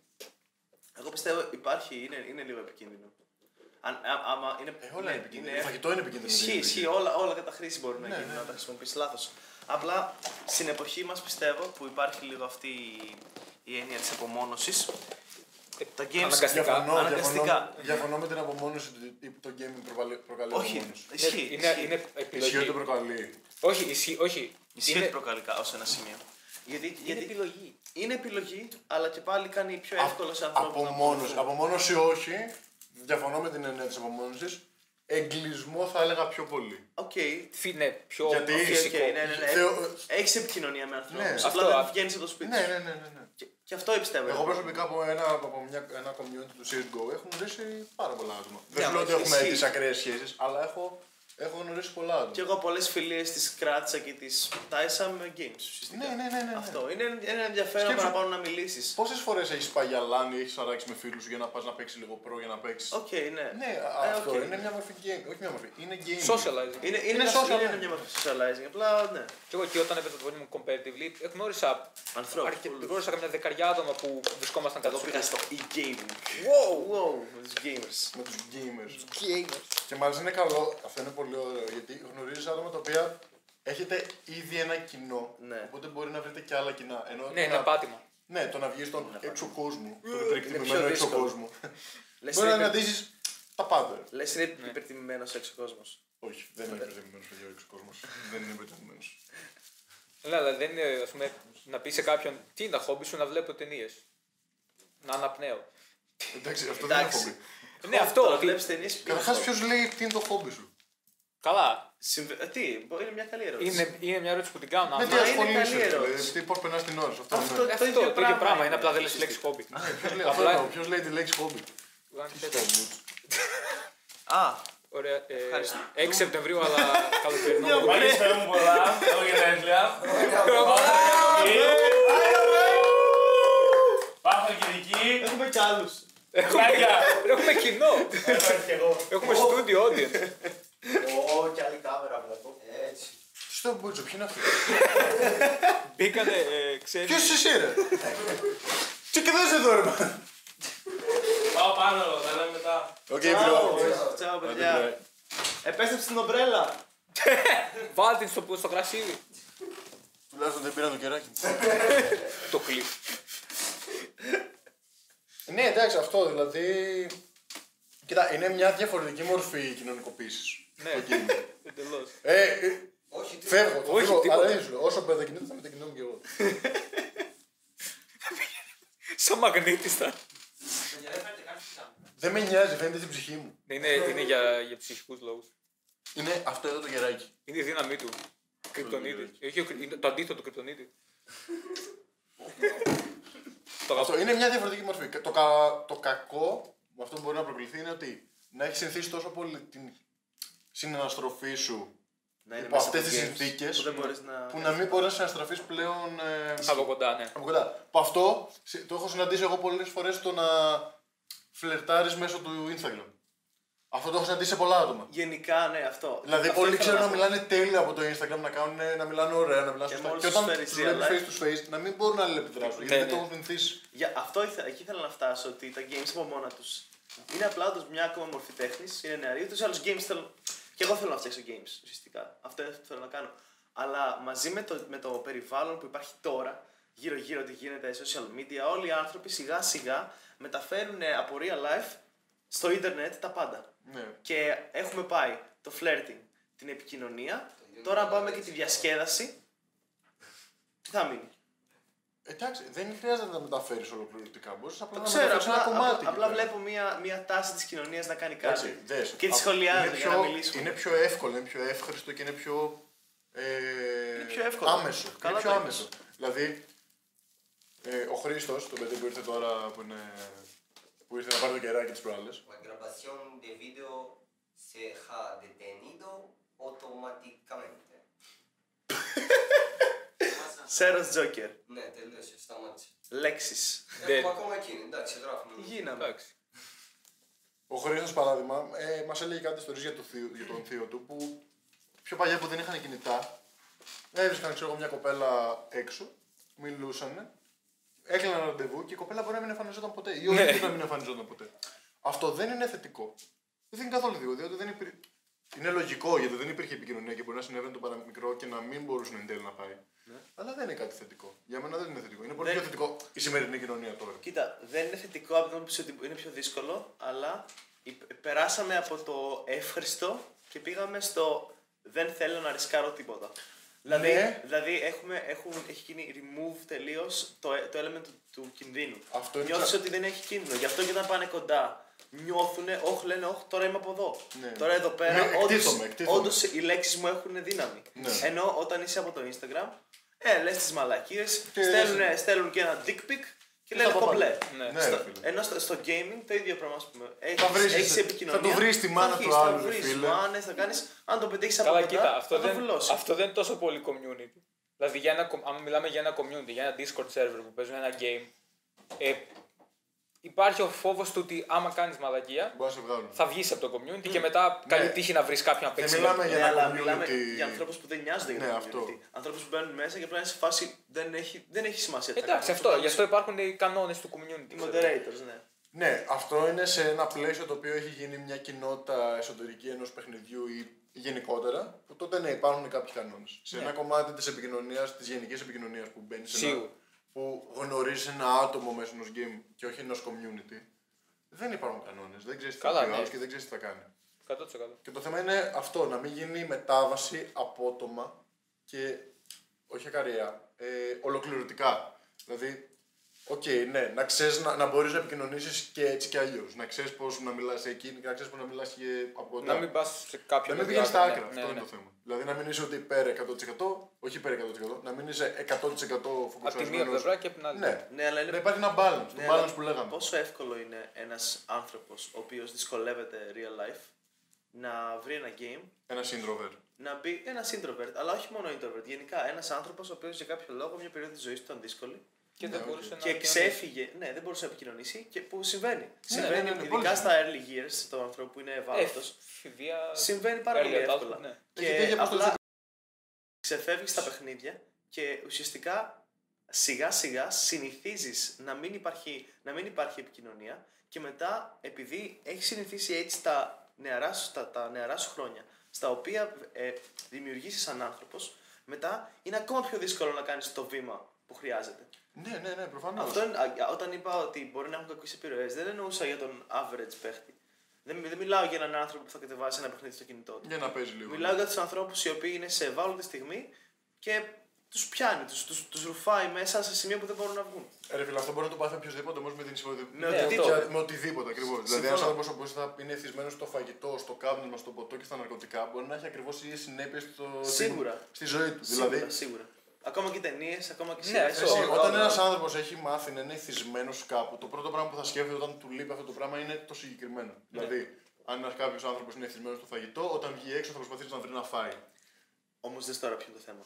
A: Εγώ πιστεύω υπάρχει, είναι, είναι λίγο επικίνδυνο. Αν, α, άμα Ναι, είναι,
B: ε, όλα είναι επικίνδυνα. Το φαγητό είναι επικίνδυνο. δηλαδή.
A: Ισχύει,
B: δεν
A: ισχύει.
B: είναι
A: Όλα, όλα κατά χρήση μπορεί να
B: Ναι,
A: γίνουν,
B: ναι.
A: να τα χρησιμοποιήσει λάθος. Απλά στην εποχή μας πιστεύω που υπάρχει λίγο αυτή η- η έννοια της απομόνωσης. Τα games.
C: αναγκαστικά.
B: Διαφωνώ, διαφωνώ,
A: Αναγκαστικά.
B: διαφωνώ με την απομόνωση του το gaming προβάλλει- προκαλεί
A: Όχι,
B: απομόνωση.
A: ισχύει.
C: Ναι, είναι,
A: ισχύει.
C: είναι επιλογή.
B: Ισχύει ότι προκαλεί.
C: Όχι, ισχύει, όχι.
A: Ισχύει ότι προκαλικά ως ένα σημείο. Γιατί,
C: είναι
A: γιατί
C: επιλογή.
A: είναι επιλογή, αλλά και πάλι κάνει πιο
B: Α-
A: εύκολο σε ανθρώπους.
B: Απομόνωση. Απομόνωση όχι. Διαφωνώ με την έννοια της απομόνωσης. Εγκλισμό θα έλεγα πιο πολύ.
A: Οκ,
C: Φι- ναι, πιο
B: Γιατί-
C: φυσικό.
A: Okay, ναι, ναι, ναι.
B: Θεω-
A: Έχεις επικοινωνία με ανθρώπους.
B: Ναι.
C: Αυτό,
A: Απλά δεν
C: αυτό.
A: βγαίνεις από το σπίτι.
B: Ναι,
A: σου.
B: ναι, ναι. ναι, ναι.
A: Και, και αυτό πιστεύω.
B: Εγώ προσωπικά από ένα, από μια, ένα community του CSGO έχω γνωρίσει πάρα πολλά άτομα. Δεν
A: Ναι,
B: λέω ότι
A: αλλά
B: έχουμε
A: εσύ-
B: τις ακραίες σχέσεις, αλλά έχω, έχω γνωρίσει πολλά άτομα.
A: Και εγώ πολλές φιλίες τη κράτησα και τη τάισα με games. ουσιαστικά.
B: Ναι, ναι, ναι, ναι, ναι.
A: Αυτό. Είναι ένα ενδιαφέρον
B: Σκέψου-
A: παραπάνω να μιλήσεις.
B: Πόσες φορές έχεις πάει για λάνι ή έχεις αράξει με φίλους σου για να πας να παίξεις λίγο προ για να παίξεις.
A: Οκ, ναι.
B: Ναι,
A: Ε,
B: αυτό
A: οκ.
B: είναι μια μορφή game. Όχι μια μορφή. Είναι game.
C: Socializing.
A: Είναι, είναι,
B: Είναι
A: ένα-
B: social,
A: είναι
B: ναι.
A: μια μορφή socializing. Απλά ναι.
C: Και εγώ και όταν έπαιζα το βόλιο μου competitively, ε, γνώρισα,
A: Ανθρώπους.
C: αρκε... γνώρισα καμιά δεκαριά άτομα που βρισκόμασταν κατά
A: Εγώ
C: στο
A: πήγα στο e-gaming.
C: Wow!
A: Wow, με τους gamers.
B: με τους gamers. Και μάλιστα είναι καλό, αυτό είναι πολύ ωραίο, γιατί γνωρίζεις άτομα τα οποία έχετε ήδη ένα κοινό.
A: Ναι.
B: Οπότε μπορεί να βρείτε και άλλα κοινά. Ενώ
C: Ναι,
B: το
C: είναι
B: να...
C: πάτημα.
B: Ναι, το να βγεις στον έξω κόσμο, τον
A: Ε, πιο
B: υπερεκτιμημένο έξω
A: δύσκολο.
B: κόσμο,
A: Λες
B: μπορεί να
A: είναι, υπερ...
B: αναδείξει τα πάντα.
A: λες είναι υπερτιμημένος έξω κόσμος.
B: Όχι, δεν
A: Ναι.
B: είναι υπερεκτιμημένο ο έξω κόσμος. Δεν είναι υπερεκτιμημένο.
C: Ναι, αλλά δεν είναι, ας πούμε, να πεις σε κάποιον τι είναι τα χόμπι σου να βλέπω ταινίες. Να αναπνέω.
B: Εντάξει, αυτό δεν είναι
A: Εντάξει.
B: χόμπι.
C: ναι, αυτό.
A: Τώρα
C: ότι-
A: βλέπεις ταινίες.
B: Καταρχά, ποιο λέει τι είναι το χόμπι σου.
C: Καλά.
A: ε, Τι, μπορεί- είναι μια καλή ερώτηση.
C: Είναι, είναι μια ερώτηση που την κάνω.
B: Με
C: Αν...
B: τι
A: είναι
B: ασχολείσαι,
A: καλή
B: ρε
A: ερώτηση.
B: παιδί, τι πώς περνάς την ώρα σου. Αυτό
A: Αυτό
B: είναι.
C: Αυτό το ίδιο πράγμα, είναι, απλά δεν λες τη λέξη χόμπι.
B: Ποιος λέει- αυτό
C: απλά-
B: εννοώ, Ποιος λέει τη λέξη χόμπι.
A: Α,
C: Ωραία. ε,
A: Ευχαριστώ.
C: 6 Σεπτεμβρίου, <laughs> αλλά καλοκαιρινό.
E: Μου αρέσει να μου πολλά. Έχω γενέθλια. Πάθω και δική.
A: έχουμε κι άλλους.
E: Κάκια.
C: Έχουμε κοινό.
A: Έχω κι εγώ.
C: Έχουμε studio audience.
A: Ω, κι άλλη κάμερα βλέπω.
D: Έτσι.
B: Στο μπούτσο, ποιο είναι αυτό.
C: Μπήκανε, ε, ξέρεις,
B: Ποιος εσύ ρε. Τι κοιτάζει εδώ ρε.
E: Πάω πάνω, τα λέμε μετά.
B: Οκ,
A: Τσάου,
B: bro.
A: Τσάου, παιδιά. Επέστρεψε την ομπρέλα.
C: βάλτε την στο, στο κρασίδι.
B: Τουλάχιστον δεν πήραν το κεράκι.
C: Το κλειπ.
B: Ναι, εντάξει, αυτό δηλαδή. Κοίτα, είναι μια διαφορετική μορφή κοινωνικοποίησης.
C: Ναι. Εντελώς.
B: Ε, ε,
D: Όχι, τι.
B: φεύγω. θα
C: Όχι,
B: φύγω,
C: τίποτα.
B: αλλά δεν σου λέω, Όσο μετακινείται, θα μετακινούμε κι εγώ.
C: Σαν μαγνήτιστα.
D: Παιδιά, δεν φαίνεται καν στην κάμερα.
B: Δεν με νοιάζει, φαίνεται στην ψυχή μου.
C: Ναι, Είναι, είναι για, για ψυχικούς λόγους.
B: Είναι αυτό εδώ το κεράκι.
C: Είναι η δύναμή του. Κρυπτονίτης. Έχει ο κρυ- είναι το αντίθετο του κρυπτονίτη. το αγαπώ.
B: Αυτό είναι μια διαφορετική μορφή. Και Το, κα- το κακό με αυτό που μπορεί να προκληθεί είναι ότι να έχεις συνηθίσει τόσο πολύ την συναναστροφή σου
A: Να είναι
B: Υπό
A: μέσα
B: αυτές
A: από
B: τις
A: games
B: συνθήκες
A: που δεν μπορείς να...
B: που να μην μπορείς να συναστραφεί πλέον. ε,
C: Από κοντά, ναι.
B: από κοντά. Που αυτό σε- το έχω συναντήσει εγώ πολλές φορές το να φλερτάρεις μέσω του Instagram. Αυτό το έχω συναντήσει σε πολλά άτομα.
A: Γενικά, ναι, αυτό.
B: Δηλαδή,
A: Αυτό
B: πολλοί
A: ήθελα
B: ξέρουν να
A: πω.
B: μιλάνε τέλεια από το Instagram, να, κάνουν, να μιλάνε ωραία, να μιλάνε
A: Και
B: σωστά.
A: μόλις
B: Και όταν
A: τους φέρεις
B: τους
A: real
B: βλέπει
A: life.
B: face to face, να μην μπορούν να αλληλεπιδράσουν.
C: Ναι,
B: Γιατί δεν
C: ναι.
B: το έχουν συνηθίσει.
A: Για αυτό ήθελα, εκεί ήθελα να φτάσω, ότι τα games από μόνα τους είναι απλά όντως μια ακόμα μορφή τέχνης, είναι νεαρή, ούτως ή άλλως games θέλω... Και εγώ θέλω να φτιάξω games, ουσιαστικά. Αυτό είναι αυτό που θέλω να κάνω. Αλλά μαζί με το, με το περιβάλλον που υπάρχει τώρα, γύρω-γύρω τι γίνεται, social media, όλοι οι άνθρωποι σιγά-σιγά μεταφέρουν από real life στο ίντερνετ τα πάντα.
B: Ναι.
A: Και έχουμε πάει το flirting, την επικοινωνία. Τώρα πάμε και τη διασκέδαση. Τι θα μείνει.
B: Εντάξει, δεν χρειάζεται να τα μεταφέρεις ολοκληρωτικά. Μπορείς
A: Το
B: απλά να
A: ξέρω,
B: μεταφέρεις
A: απλά,
B: ένα κομμάτι. λοιπόν.
A: απλά,
B: εκεί
A: απλά
B: πέρα.
A: βλέπω μία, μία τάση της κοινωνίας να κάνει κάτι.
B: Έτσι, δες.
A: Και τη
B: Α,
A: σχολιάζω
B: είναι
A: για
B: πιο-
A: να μιλήσουμε.
B: Είναι πιο εύκολο, είναι πιο εύχριστο και είναι πιο. Ε,
A: Είναι πιο εύκολο.
B: Άμεσο.
A: Καλά
B: είναι πιο
A: τα είπες.
B: άμεσο. Δηλαδή, ε, ο Χρήστος, το παιδί που ήρθε τώρα που είναι που ήρθε να πάρει το κεράκι της προάλλες.
F: La grabación de video se ha detenido automáticamente.
A: Σέρο Τζόκερ.
F: Ναι, τελείωσε, σταμάτησε.
A: Λέξεις.
F: Έχουμε ακόμα εκείνη, εντάξει, γράφουμε.
A: Τι γίναμε.
C: Εντάξει.
B: Ο Χρήστος, παράδειγμα, ε, μας έλεγε κάτι ιστορίε για, το θείο- για τον θείο του που πιο παλιά που δεν είχαν κινητά. Έβρισκαν, ξέρω εγώ, μια κοπέλα έξω, μιλούσαν, έκλειναν ραντεβού και η κοπέλα μπορεί να μην εμφανιζόταν ποτέ. Ή ο ίδιο να μην εμφανιζόταν ποτέ. Αυτό δεν είναι θετικό. Δεν είναι καθόλου θετικό, διότι δεν υπήρχε. Είναι λογικό γιατί δεν υπήρχε επικοινωνία και μπορεί να συνέβαινε το παραμικρό και να μην μπορούσε εν τέλει να πάει. Αλλά δεν είναι κάτι θετικό. Για μένα δεν είναι θετικό. Είναι πολύ
A: Δεν-
B: πιο θετικό η σημερινή κοινωνία τώρα.
A: Κοίτα, δεν είναι θετικό από την άποψη ότι είναι πιο δύσκολο, αλλά υπ- περάσαμε από το εύχριστο και πήγαμε στο δεν θέλω να ρισκάρω τίποτα. Δηλαδή,
B: Ναι.
A: δηλαδή έχουμε, έχουν, έχει γίνει remove τελείως το, ε- το element του, του κινδύνου.
B: Αυτό είναι
A: Νιώθεις
B: ξα-
A: ότι δεν έχει κίνδυνο. Γι' αυτό και όταν πάνε κοντά νιώθουν, όχι λένε, όχι τώρα είμαι από εδώ.
B: Ναι.
A: Τώρα εδώ πέρα.
B: Ναι, εκτίθομαι, εκτίθομαι.
A: όντως οι λέξεις μου έχουν δύναμη.
B: Ναι.
A: Ενώ όταν είσαι από το Instagram, ε, λες τις μαλακίες,
B: Και-
A: στέλνουν, στέλνουν και ένα dick pic και λένε
B: τα
A: κομπλέ.
B: πάνε. Ναι,
A: Στο-
B: ρε φίλε.
A: Ενώ στο, στο gaming το ίδιο πράγμα, ας πούμε.
B: Θα βρεις,
A: Έχεις, έχεις
B: θα-
A: επικοινωνία.
B: θα το βρεις τη μάνα
A: θα
B: του
A: βγεις,
B: άλλου,
A: Θα
B: ρε
A: βρεις
B: φίλε.
A: μάνες, θα κάνεις, αν το πετύχεις από
C: Καλά,
A: κοντά,
C: κοίτα, αυτό
A: θα το
C: δεν,
A: βουλώσεις.
C: αυτό δεν είναι τόσο πολύ community. Δηλαδή, για ένα, αν μιλάμε για ένα community, για ένα Discord server που παίζουν ένα game, ε, υπάρχει ο φόβος του ότι άμα κάνεις μαλακία,
B: Μπορείς να σε βγάλουν.
C: θα βγεις από το community και μετά καλή τύχη να βρεις κάποιον να
B: Ναι. Δεν
C: παίξει.
B: μιλάμε για
A: Ναι,
B: ένα
A: αλλά μιλάμε
B: community.
A: για ανθρώπους που δεν νοιάζονται για
B: Ναι,
A: το
B: αυτό.
A: community. Ανθρώπους που μπαίνουν μέσα και απλά είναι σε φάση δεν έχει, δεν έχει σημασία. τι θα
C: Εντάξει,
A: κάνουν,
C: αυτό, γι' αυτό
A: κάνουν
C: υπάρχουν οι κανόνες του community.
A: Οι
C: ξέρω.
A: moderators, ναι.
B: Ναι, αυτό είναι σε ένα πλαίσιο το οποίο έχει γίνει μια κοινότητα εσωτερική ενός παιχνιδιού ή γενικότερα, που τότε ναι, υπάρχουν κάποιοι κανόνες. Σε ένα κομμάτι της επικοινωνίας, της γενικής επικοινωνίας που μπαίνει σε ένα,
C: Ναι. Σίγουρα.
B: που γνωρίζει ένα άτομο μέσα ενός game και όχι ενός community, δεν υπάρχουν κανόνες. Δεν ξέρεις τι θα
C: Καλά,
B: πει ο
C: ναι.
B: άλλος και δεν ξέρεις τι θα κάνει.
C: 100%.
B: Και το θέμα είναι αυτό, να μην γίνει η μετάβαση απότομα και όχι ακαριά, ε, ολοκληρωτικά. Δηλαδή, οκ, ναι, να ξέρεις να, να μπορείς να επικοινωνήσεις και έτσι και αλλιώς. Να ξέρεις πώς να μιλάς εκεί και να ξέρεις πώς να μιλάς και από κοντά.
C: Να μην πας σε κάποιον.
B: Να μην πηγαίνει Ναι.
C: άλλο,
B: στα
C: ναι,
B: άκρα,
C: ναι,
B: αυτό
C: ναι,
B: είναι
C: ναι.
B: το θέμα. Δηλαδή να μην είσαι ότι υπέρ 100%, όχι υπέρ 100%, να μην είσαι 100%
C: Από τη μία
B: φοκουσιασμένος.
C: πλευρά και από την άλλη.
B: Ναι,
A: Ναι, αλλά είναι
B: να υπάρχει ένα balance, το
A: Ναι, αλλά
B: balance που λέγαμε.
A: Πόσο εύκολο είναι ένας άνθρωπος ο οποίος δυσκολεύεται real life να βρει ένα game,
B: Ένα σύντροβερ.
A: να μπει ένας introvert, αλλά όχι μόνο introvert. Γενικά ένας άνθρωπος ο οποίος για κάποιο λόγο μια περίοδο της ζωής του ήταν δύσκολη
C: Και δεν
B: Ναι,
C: μπορούσε
B: οκ.
C: να.
A: και
C: κοινωνήσει.
A: ξέφυγε. Ναι, δεν μπορούσε να επικοινωνήσει και που συμβαίνει.
B: ναι,
A: συμβαίνει
B: ναι, ναι,
A: ειδικά
B: πολύ
A: στα early years των ανθρώπων που είναι
C: Ε,
A: ευάλωτος.
C: φιβία.
A: συμβαίνει πάρα πολύ
C: early adulthood,
A: εύκολα.
C: ναι.
B: Έχει τέτοια
A: Και
B: αποστολή
A: απλά ξεφεύγεις στα παιχνίδια και ουσιαστικά σιγά σιγά συνηθίζεις να μην υπάρχει, να μην υπάρχει επικοινωνία και μετά επειδή έχεις συνηθίσει έτσι τα νεαρά σου, τα, τα νεαρά σου χρόνια στα οποία ε, δημιουργήσεις σαν άνθρωπος μετά είναι ακόμα πιο δύσκολο να κάνεις το βήμα που χρειάζεται.
B: Ναι, ναι, ναι, προφανώς.
A: Αυτό είναι, α, όταν είπα ότι μπορεί να έχουν κακέ επιρροές, δεν εννοούσα για τον average παίχτη. Δεν, δεν μιλάω για έναν άνθρωπο που θα κατεβάσει ένα παιχνίδι στο κινητό του.
B: Για να παίζει λίγο.
A: Μιλάω για τους ανθρώπους οι οποίοι είναι σε ευάλωτη στιγμή και τους πιάνει, τους τους, τους ρουφάει μέσα σε σημεία που δεν μπορούν να βγουν.
B: Ε, Ρε φίλε, αυτό μπορεί να το πάθει οποιοδήποτε όμως με την συμποδι-
A: Με
B: και-
A: οτιδήποτε.
B: Με οτιδήποτε ακριβώς. Δηλαδή, ένας άνθρωπος που θα είναι εθισμένος στο φαγητό, στο κάπνισμα, στο ποτό και στα ναρκωτικά μπορεί να έχει ακριβώς οι ίδιες συνέπειες στο...
A: Σίγουρα.
B: στη ζωή του.
A: Σίγουρα,
B: δηλαδή,
A: σίγουρα. Ακόμα και ταινίες, ακόμα και
C: Ναι,
A: σειρές.
C: αυτό.
B: εσύ,
C: Όλα,
B: όταν
C: όλα,
B: ένα
C: όλα.
B: άνθρωπος έχει μάθει να είναι εθισμένος κάπου, το πρώτο πράγμα που θα σκέφτεται όταν του λείπει αυτό το πράγμα είναι το συγκεκριμένο. Δηλαδή, αν κάποιος άνθρωπος είναι εθισμένος στο φαγητό, όταν βγει έξω θα προσπαθήσει να βρει να φάει.
A: Όμως δεν τώρα ποιο είναι το θέμα.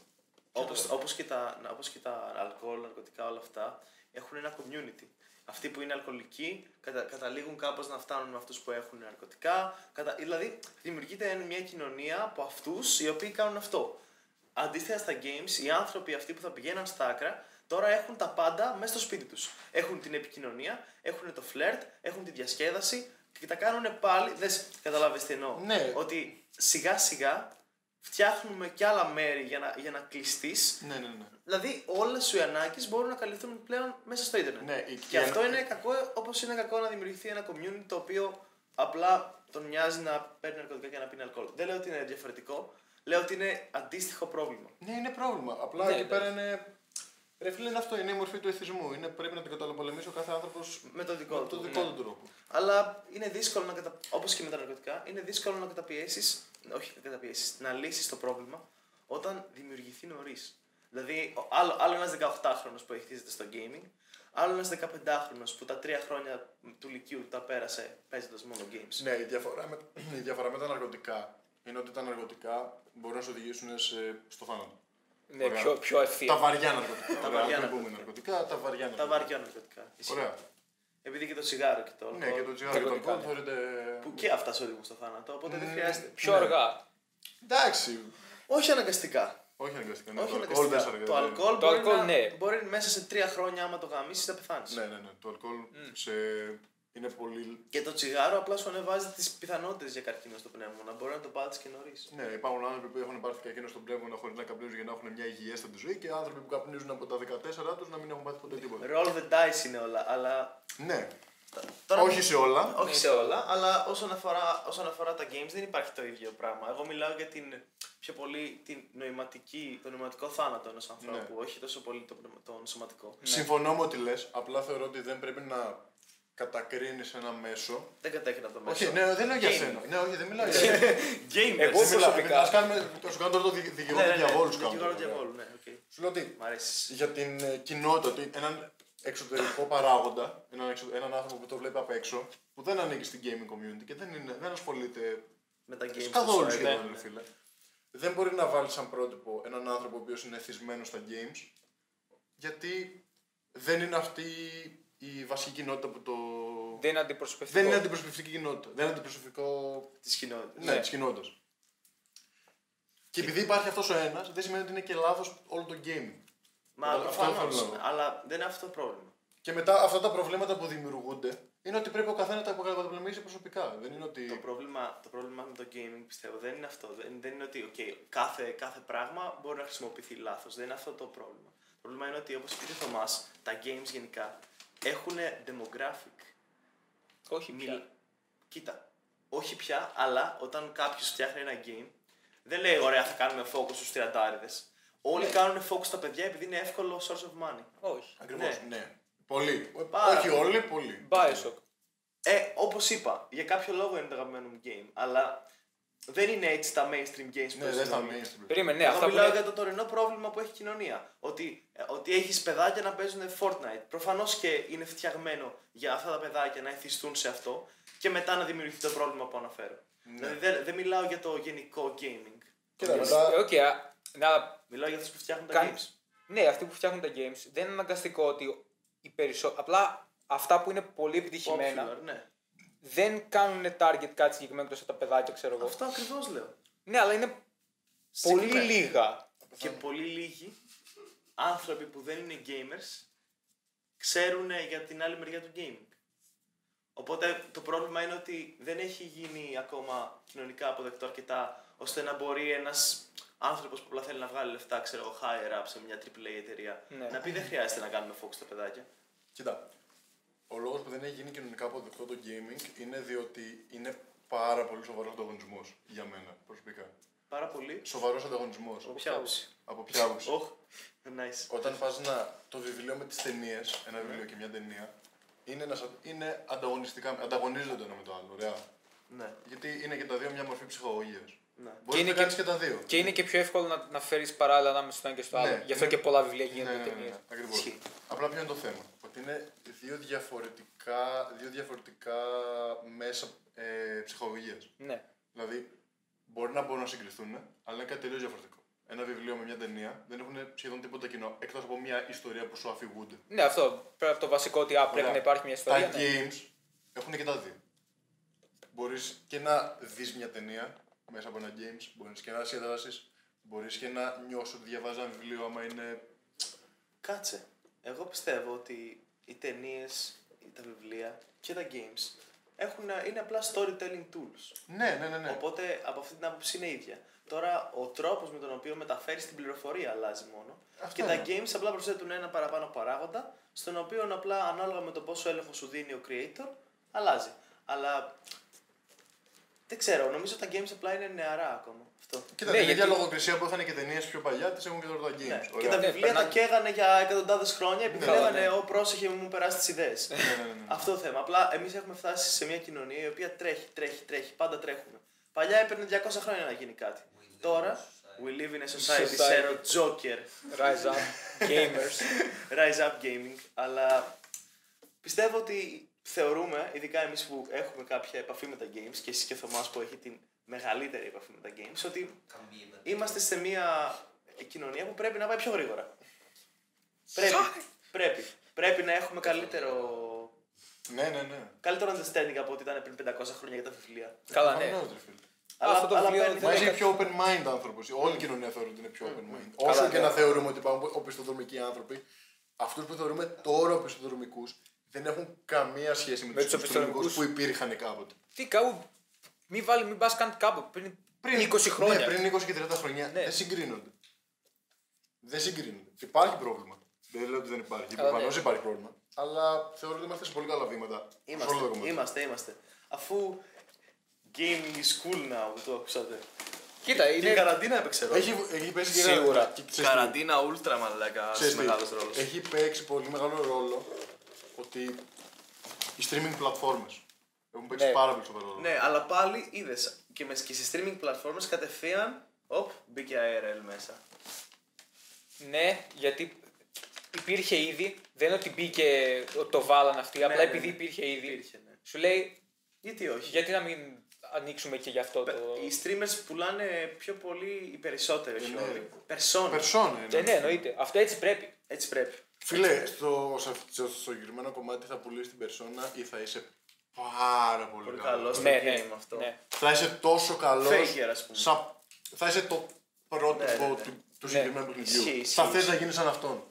A: Όπως, όπως, και τα, όπως και τα αλκοόλ, ναρκωτικά, όλα αυτά έχουν ένα community. Αυτοί που είναι αλκοολικοί κατα, καταλήγουν κάπως να φτάνουν με αυτούς που έχουν ναρκωτικά. Κατα, δηλαδή δημιουργείται εν- μια κοινωνία από αυτούς οι οποίοι κάνουν αυτό. Αντίθετα στα games, οι άνθρωποι αυτοί που θα πηγαίναν στα άκρα τώρα έχουν τα πάντα μέσα στο σπίτι τους. Έχουν την επικοινωνία, έχουν το φλερτ, έχουν τη διασκέδαση και τα κάνουν πάλι. Δες, καταλάβεις τι εννοώ.
B: Ναι.
A: Ότι σιγά σιγά φτιάχνουμε κι άλλα μέρη για να, για να κλειστείς.
B: Ναι, ναι, ναι.
A: Δηλαδή, όλες σου οι ανάγκες μπορούν να καλυφθούν πλέον μέσα στο Ιντερνετ.
B: Ναι, η- η-
A: και αυτό είναι κακό, όπως είναι κακό να δημιουργηθεί ένα community το οποίο απλά τον νοιάζει να παίρνει ναρκωτικά και να πίνει αλκοόλ. Δεν λέω ότι είναι διαφορετικό, λέω ότι είναι αντίστοιχο πρόβλημα.
B: Ναι, είναι πρόβλημα. Απλά
C: Ναι,
B: εκεί
C: εντάξει.
B: πέρα είναι. Ρε φίλε, είναι αυτό, είναι η μορφή του εθισμού. Είναι, πρέπει να την καταλαπολεμήσει ο κάθε άνθρωπος
A: Με το δικό
B: με
A: του. ναι.
B: τον δικό του τρόπο.
A: Αλλά είναι δύσκολο να κατα... όπως και με τα ναρκωτικά, είναι δύσκολο να καταπιέσεις. Όχι να καταπιέσεις, να λύσεις το πρόβλημα όταν δημιουργηθεί νωρίς. Δηλαδή, ο- άλλο, άλλο ένας 18χρονο που εχθίζεται στο gaming, Άλλο ένας 15χρονο που τα τρία χρόνια του Λυκειού τα πέρασε παίζοντας μόνο games.
B: Ναι, η διαφορά, με, η διαφορά με τα ναρκωτικά είναι ότι τα ναρκωτικά μπορούν να σε οδηγήσουν σε, στο θάνατο.
C: Ναι,
B: Ωραία.
C: πιο, πιο
B: Τα
C: ευθεία.
B: βαριά ναρκωτικά.
A: Τα
B: τα
A: βαριά
B: βαριά μην πούμε
A: ναρκωτικά.
B: ναρκωτικά, τα βαριά
A: Τα
B: ναρκωτικά.
A: βαριά ναρκωτικά. Ισχύει.
B: Ωραία.
A: Επειδή και το τσιγάρο και το αλκοόλ.
B: Ναι, και το τσιγάρο και το
C: Ναρκωτικά,
B: αλκοόλ θεωρείται.
A: ναι. Που και αυτά σε οδηγούν στο θάνατο, οπότε δεν
B: Ναι.
A: χρειάζεται.
C: Πιο
B: Ναι.
C: αργά.
B: Εντάξει.
A: Όχι αναγκαστικά.
B: Όχι αναγκαστικά. ναι,
A: Όχι
B: το αλκοόλ δεν σε
A: αναγκαστικά. Το
B: αργά, ναι.
A: αλκοόλ,
C: Το
A: μπορεί,
C: αλκοόλ,
A: να-
C: ναι.
A: μπορεί μέσα σε τρία χρόνια, άμα το γαμίσεις, θα πεθάνεις.
B: Ναι, ναι, ναι. Το αλκοόλ
A: Mm.
B: σε... είναι πολύ.
A: Και το τσιγάρο απλά σου ανεβάζει τις πιθανότητες για καρκίνο στο πνεύμα. Μπορεί να το πάθεις και νωρίς.
B: Ναι, υπάρχουν άνθρωποι που έχουν πάρθει κακίνο στον πνεύμα χωρίς να καπνίζουν για να έχουν μια υγιέστατη ζωή και άνθρωποι που καπνίζουν από τα 14 τους να μην έχουν πάθει ποτέ τίποτα.
A: Roll the dice είναι όλα, αλλά.
B: Ναι.
A: Τώρα-
B: Όχι σε όλα.
A: Όχι σε όλα, αλλά όσον αφορά, όσον αφορά τα games δεν υπάρχει το ίδιο πράγμα. Εγώ μιλάω για την πιο πολύ την νοηματική, το νοηματικό θάνατο ενός ανθρώπου,
B: Ναι.
A: όχι τόσο πολύ το, πνευμα- τον σωματικό.
B: Συμφωνώ με ό,τι λες. Απλά θεωρώ ότι δεν πρέπει να κατακρίνεις ένα μέσο.
A: Δεν κατέχει να το μέσο.
B: Όχι, ναι, δεν λέω για
A: Game.
B: σένα. Ναι, όχι, δεν μιλάω για σένα.
A: Gamers. Ναι,
C: Εγώ
B: Δεν μιλάω.
C: προσωπικά-
B: Ας κάνουμε. Το σου κάνω τώρα το δι- δικηγόρο του διαβόλου. σου κάνω
A: Δικηγόρο
B: τώρα.
A: διαβόλου, ναι, οκ.
B: Σου λέω ότι
A: Μ' αρέσει.
B: για την ε, κοινότητα, ότι έναν εξωτερικό παράγοντα, έναν, εξω- έναν άνθρωπο που το βλέπει απ' έξω, που δεν ανήκει στην gaming community και δεν, είναι, δεν ασχολείται
A: Με τα games.
B: καθόλου
A: της,
B: σχεδόν,
A: ναι,
B: ρε
A: ναι.
B: φίλε. Δεν μπορεί να βάλει σαν πρότυπο έναν άνθρωπο ο οποίος είναι εθισμένος στα games, γιατί δεν είναι αυτή η βασική κοινότητα που το.
C: Δεν είναι αντιπροσωπευτικό.
B: Δεν είναι αντιπροσωπευτική κοινότητα. Δεν είναι αντιπροσωπευτικό
A: Της κοινότητας.
B: ναι, της κοινότητας. Και επειδή υπάρχει αυτός ο ένας, δεν σημαίνει ότι είναι και λάθος όλο το game.
A: Μα
B: Αυτό
A: προφανώς,
B: θέλω να πω.
A: αλλά δεν είναι αυτό το πρόβλημα.
B: Και μετά αυτά τα προβλήματα που δημιουργούνται είναι ότι πρέπει ο καθένας να τα καταπολεμήσει προσωπικά. Δεν είναι ότι.
A: Το πρόβλημα, το πρόβλημα με το gaming πιστεύω δεν είναι αυτό. Δεν, δεν είναι ότι okay, κάθε, κάθε πράγμα μπορεί να χρησιμοποιηθεί λάθος. Δεν είναι αυτό το πρόβλημα. Το πρόβλημα είναι ότι όπως είπε ο Θωμάς, τα games γενικά έχουν demographic.
C: Όχι
A: Μιλ-
C: πια.
A: Κοίτα. Όχι πια, αλλά όταν κάποιος φτιάχνει ένα game, δεν λέει ωραία θα κάνουμε focus στους τριαντάριδες. Όλοι
C: Ναι.
A: κάνουν focus στα παιδιά επειδή είναι εύκολο source of money.
C: Όχι.
B: Ακριβώς.
A: ναι.
B: Ναι. Πολύ.
A: Πάρα
B: Όχι
A: πολύ.
B: όλοι, πολύ.
C: Bioshock.
A: Ε, όπως είπα, για κάποιο λόγο είναι το αγαπημένο μου game, αλλά δεν είναι έτσι τα mainstream games που
B: Ναι, δεν
A: παίζουν
B: θα
A: όλοι.
B: μείνει.
C: Περίμενε, ναι,
A: Εγώ
C: αυτά που
A: μιλάω
C: είναι-
A: για το τωρινό πρόβλημα που έχει η κοινωνία. Ότι, ε, ότι έχεις παιδάκια να παίζουν Fortnite. Προφανώς και είναι φτιαγμένο για αυτά τα παιδάκια να εθιστούν σε αυτό και μετά να δημιουργηθεί το πρόβλημα που αναφέρω.
C: Ναι.
A: Δηλαδή δεν, δεν μιλάω για το γενικό gaming.
B: Κοίτα,
A: Μιλάω-
B: μετά-
C: Οκ, α, να
A: Μιλάω για αυτούς που φτιάχνουν τα
C: Κάνει-
A: games.
C: Ναι, αυτοί που φτιάχνουν τα games δεν είναι αναγκαστικό ότι οι περισσο... Απλά αυτά που είναι πολύ επιτυχημένα
A: Popular, ναι.
C: δεν κάνουν target κάτι συγκεκριμένο εκτός από τα παιδάκια, ξέρω εγώ.
A: Αυτό ακριβώς λέω.
C: Ναι, αλλά είναι πολύ
A: Συγκεκριμένα.
C: λίγα.
A: Και πολύ λίγοι άνθρωποι που δεν είναι gamers ξέρουν ε, για την άλλη μεριά του gaming. Οπότε το πρόβλημα είναι ότι δεν έχει γίνει ακόμα κοινωνικά αποδεκτό αρκετά ώστε να μπορεί ένας άνθρωπος που απλά θέλει να βγάλει λεφτά, ξέρω εγώ, higher up σε μια AAA εταιρεία,
C: Ναι.
A: να πει δεν χρειάζεται να κάνουμε focus στα παιδάκια.
B: Κοίτα. Ο λόγος που δεν έχει γίνει κοινωνικά αποδεκτό το gaming είναι διότι είναι πάρα πολύ σοβαρός ανταγωνισμός για μένα προσωπικά.
A: Πάρα πολύ.
B: Σοβαρός ανταγωνισμός.
A: Από ποια άποψη.
B: Από ποια άποψη.
A: Οχ, nice.
B: Όταν πας να το βιβλίο με τις ταινίες, ένα βιβλίο και μια ταινία, είναι, ένας, είναι ανταγωνιστικά, ανταγωνίζονται ένα με το άλλο, ωραία.
A: Ναι,
B: Γιατί είναι και τα δύο μια μορφή ψυχολογίας.
A: ναι.
B: Μπορείς
C: είναι
B: να
C: και-
B: κάνεις και τα δύο.
C: Και είναι και πιο εύκολο να, να φέρεις παράλληλα ανάμεσα στο ένα και στο άλλο.
B: Ναι.
C: Γι' αυτό και πολλά βιβλία
B: Ναι,
C: γίνονται
B: ναι, ναι,
C: ταινίες.
B: ναι, ακριβώς.
A: Ισχύει.
B: Απλά ποιο είναι το θέμα. Ότι είναι δύο διαφορετικά, δύο διαφορετικά μέσα ε, ψυχολογίας.
C: Ναι.
B: Δηλαδή, μπορεί να μπορούν να συγκριθούν, ναι, αλλά είναι κάτι τελείως διαφορετικό. Ένα βιβλίο με μια ταινία δεν έχουν σχεδόν τίποτα κοινό, εκτός από μια ιστορία που σου αφηγούνται.
C: Ναι, αυτό. Πρέπει από το βασικό ότι α, πρέπει
B: Ωραία.
C: να υπάρχει μια ιστορία.
B: Τα
C: ναι.
B: games έχουν και τα δύο. Μπορείς και να δεις μια ταινία μέσα από ένα games, μπορείς και να συνδράσει, μπορείς και να νιώσεις ότι διαβάζεις ένα βιβλίο άμα είναι.
A: Κάτσε. Εγώ πιστεύω ότι οι ταινίες, τα βιβλία και τα games έχουν, είναι απλά storytelling tools.
B: Ναι, ναι, ναι. ναι.
A: Οπότε από αυτή την άποψη είναι ίδια. Τώρα ο τρόπος με τον οποίο μεταφέρεις την πληροφορία αλλάζει μόνο.
B: Αυτό
A: και τα
B: είναι.
A: games απλά προσθέτουν ένα παραπάνω παράγοντα, στον οποίο απλά ανάλογα με το πόσο έλεγχο σου δίνει ο creator, αλλάζει. Αλλά δεν ξέρω, νομίζω τα games απλά είναι νεαρά ακόμα. Αυτό.
B: Κοίτα,
C: Ναι,
B: την
C: γιατί-
B: ίδια λογοκρισία που είχαν και ταινίες πιο παλιά, τις έχουν και τώρα τα games.
A: Ναι. Και
B: Ωραία.
A: τα
C: Ναι,
A: βιβλία τα
C: περνάνε-
A: καίγανε για εκατοντάδες χρόνια επειδή
C: Καλά,
A: λέγανε
C: ναι.
A: Ω πρόσεχε, μην μου περάσει τις ιδέες.
B: Ναι, ναι, ναι, ναι.
A: Αυτό θέμα. Απλά εμείς έχουμε φτάσει σε μια κοινωνία η οποία τρέχει, τρέχει, τρέχει. Πάντα τρέχουμε. Παλιά έπαιρνε 200 χρόνια να γίνει κάτι.
F: live
A: Τώρα,
F: in a
A: we live in a society,
C: Society.
A: ξέρω, Joker, <laughs>
C: Rise up, gamers.
A: Rise Up Gaming, αλλά Πιστεύω ότι θεωρούμε, ειδικά εμείς που έχουμε κάποια επαφή με τα games και εσείς και ο Θωμάς που έχει την μεγαλύτερη επαφή με τα games, ότι
F: Καμπίδα.
A: είμαστε σε μια κοινωνία που πρέπει να πάει πιο γρήγορα. Πρέπει. Πρέπει. Πρέπει να έχουμε καλύτερο,
B: Ναι, ναι, ναι.
A: καλύτερο understanding από ό,τι ήταν πριν 500 χρόνια για τα βιβλία.
C: Καλά, ναι.
B: Προφανώς, ρε φίλε.
A: Αλλά-
C: αυτό το
A: αλλά
C: βιβλίο
A: παίρνει-
C: δεν
B: Μα
C: είναι
B: είσαι
C: κα-
B: πιο open mind άνθρωπος. Όλη η κοινωνία θεωρεί ότι είναι πιο open mind. Όσο
C: Καλά,
B: και
C: ναι.
B: να θεωρούμε ότι υπάρχουν οπισθοδρομικοί άνθρωποι, αυτούς που θεωρούμε τώρα οπισθοδρομικούς δεν έχουν καμία σχέση με,
C: Με
B: τους
C: τους
B: του οπισθοδρομικού που
C: οπισθοδρομικούς.
B: υπήρχαν κάποτε.
C: Τι κάπου. Μην βάλει, μην πας καν κάπου. Πριν, 20 χρόνια.
B: Ναι, πριν 20 και 30 χρόνια
C: Ναι.
B: δεν συγκρίνονται. Δεν συγκρίνονται. Υπάρχει πρόβλημα. Δεν λέω ότι δεν υπάρχει.
C: Καλά, ναι.
B: Προφανώς υπάρχει πρόβλημα. Αλλά θεωρώ ότι είμαστε σε πολύ καλά βήματα. σε όλο το
A: Είμαστε,
B: κομμάτι.
A: είμαστε, είμαστε. Αφού gaming is cool now, το ακούσατε.
C: Κοίτα,
A: Είναι... Την
C: είναι.
A: καραντίνα έπαιξε ρόλο.
B: Έχει, έχει παίξει και
C: Σίγουρα.
B: ένα- και ξέρεις τι.
E: Καραντίνα ούλτρα μαλάκα.
B: Ξέρεις τι,
E: Μεγάλος ρόλος.
B: Έχει παίξει πολύ μεγάλο ρόλο ότι οι streaming πλατφόρμες έχουν παίξει
C: Ναι.
B: πάρα πολύ σοβαρό ρόλο.
A: Ναι, αλλά πάλι είδες και, με- και σε streaming platforms κατευθείαν. Οπ, μπήκε ARL μέσα.
C: Ναι, γιατί υπήρχε ήδη. Δεν είναι ότι μπήκε ότι το βάλαν αυτοί. απλά
A: ναι,
C: επειδή
A: ναι.
C: υπήρχε ήδη.
A: Υπήρχε, ναι.
C: Σου λέει,
A: Γιατί όχι.
C: γιατί να μην ανοίξουμε και γι' αυτό το.
A: Οι streamers πουλάνε πιο πολύ οι περισσότεροι. όχι
B: ναι.
A: όλοι. Persona.
B: Περσόνα
C: Ναι,
B: είναι.
C: ναι, εννοείται. Αυτό έτσι πρέπει.
A: Έτσι πρέπει.
B: Φίλε, στο, σε αυτό- στο, στο συγκεκριμένο κομμάτι θα πουλήσεις την περσόνα ή θα είσαι πάρα πολύ,
A: Πολύ
B: καλός.
A: καλός στο
C: Ναι,
A: game
C: ναι,
A: αυτό.
C: ναι.
B: Θα είσαι τόσο καλός.
A: Faker, ας πούμε.
B: σαν- θα είσαι το πρότυπο
A: Ναι, ναι, ναι.
B: του, του συγκεκριμένου παιχνιδιού.
A: Ισχύει,
B: θα
A: ισχύει,
B: θες να γίνεις σαν αυτόν.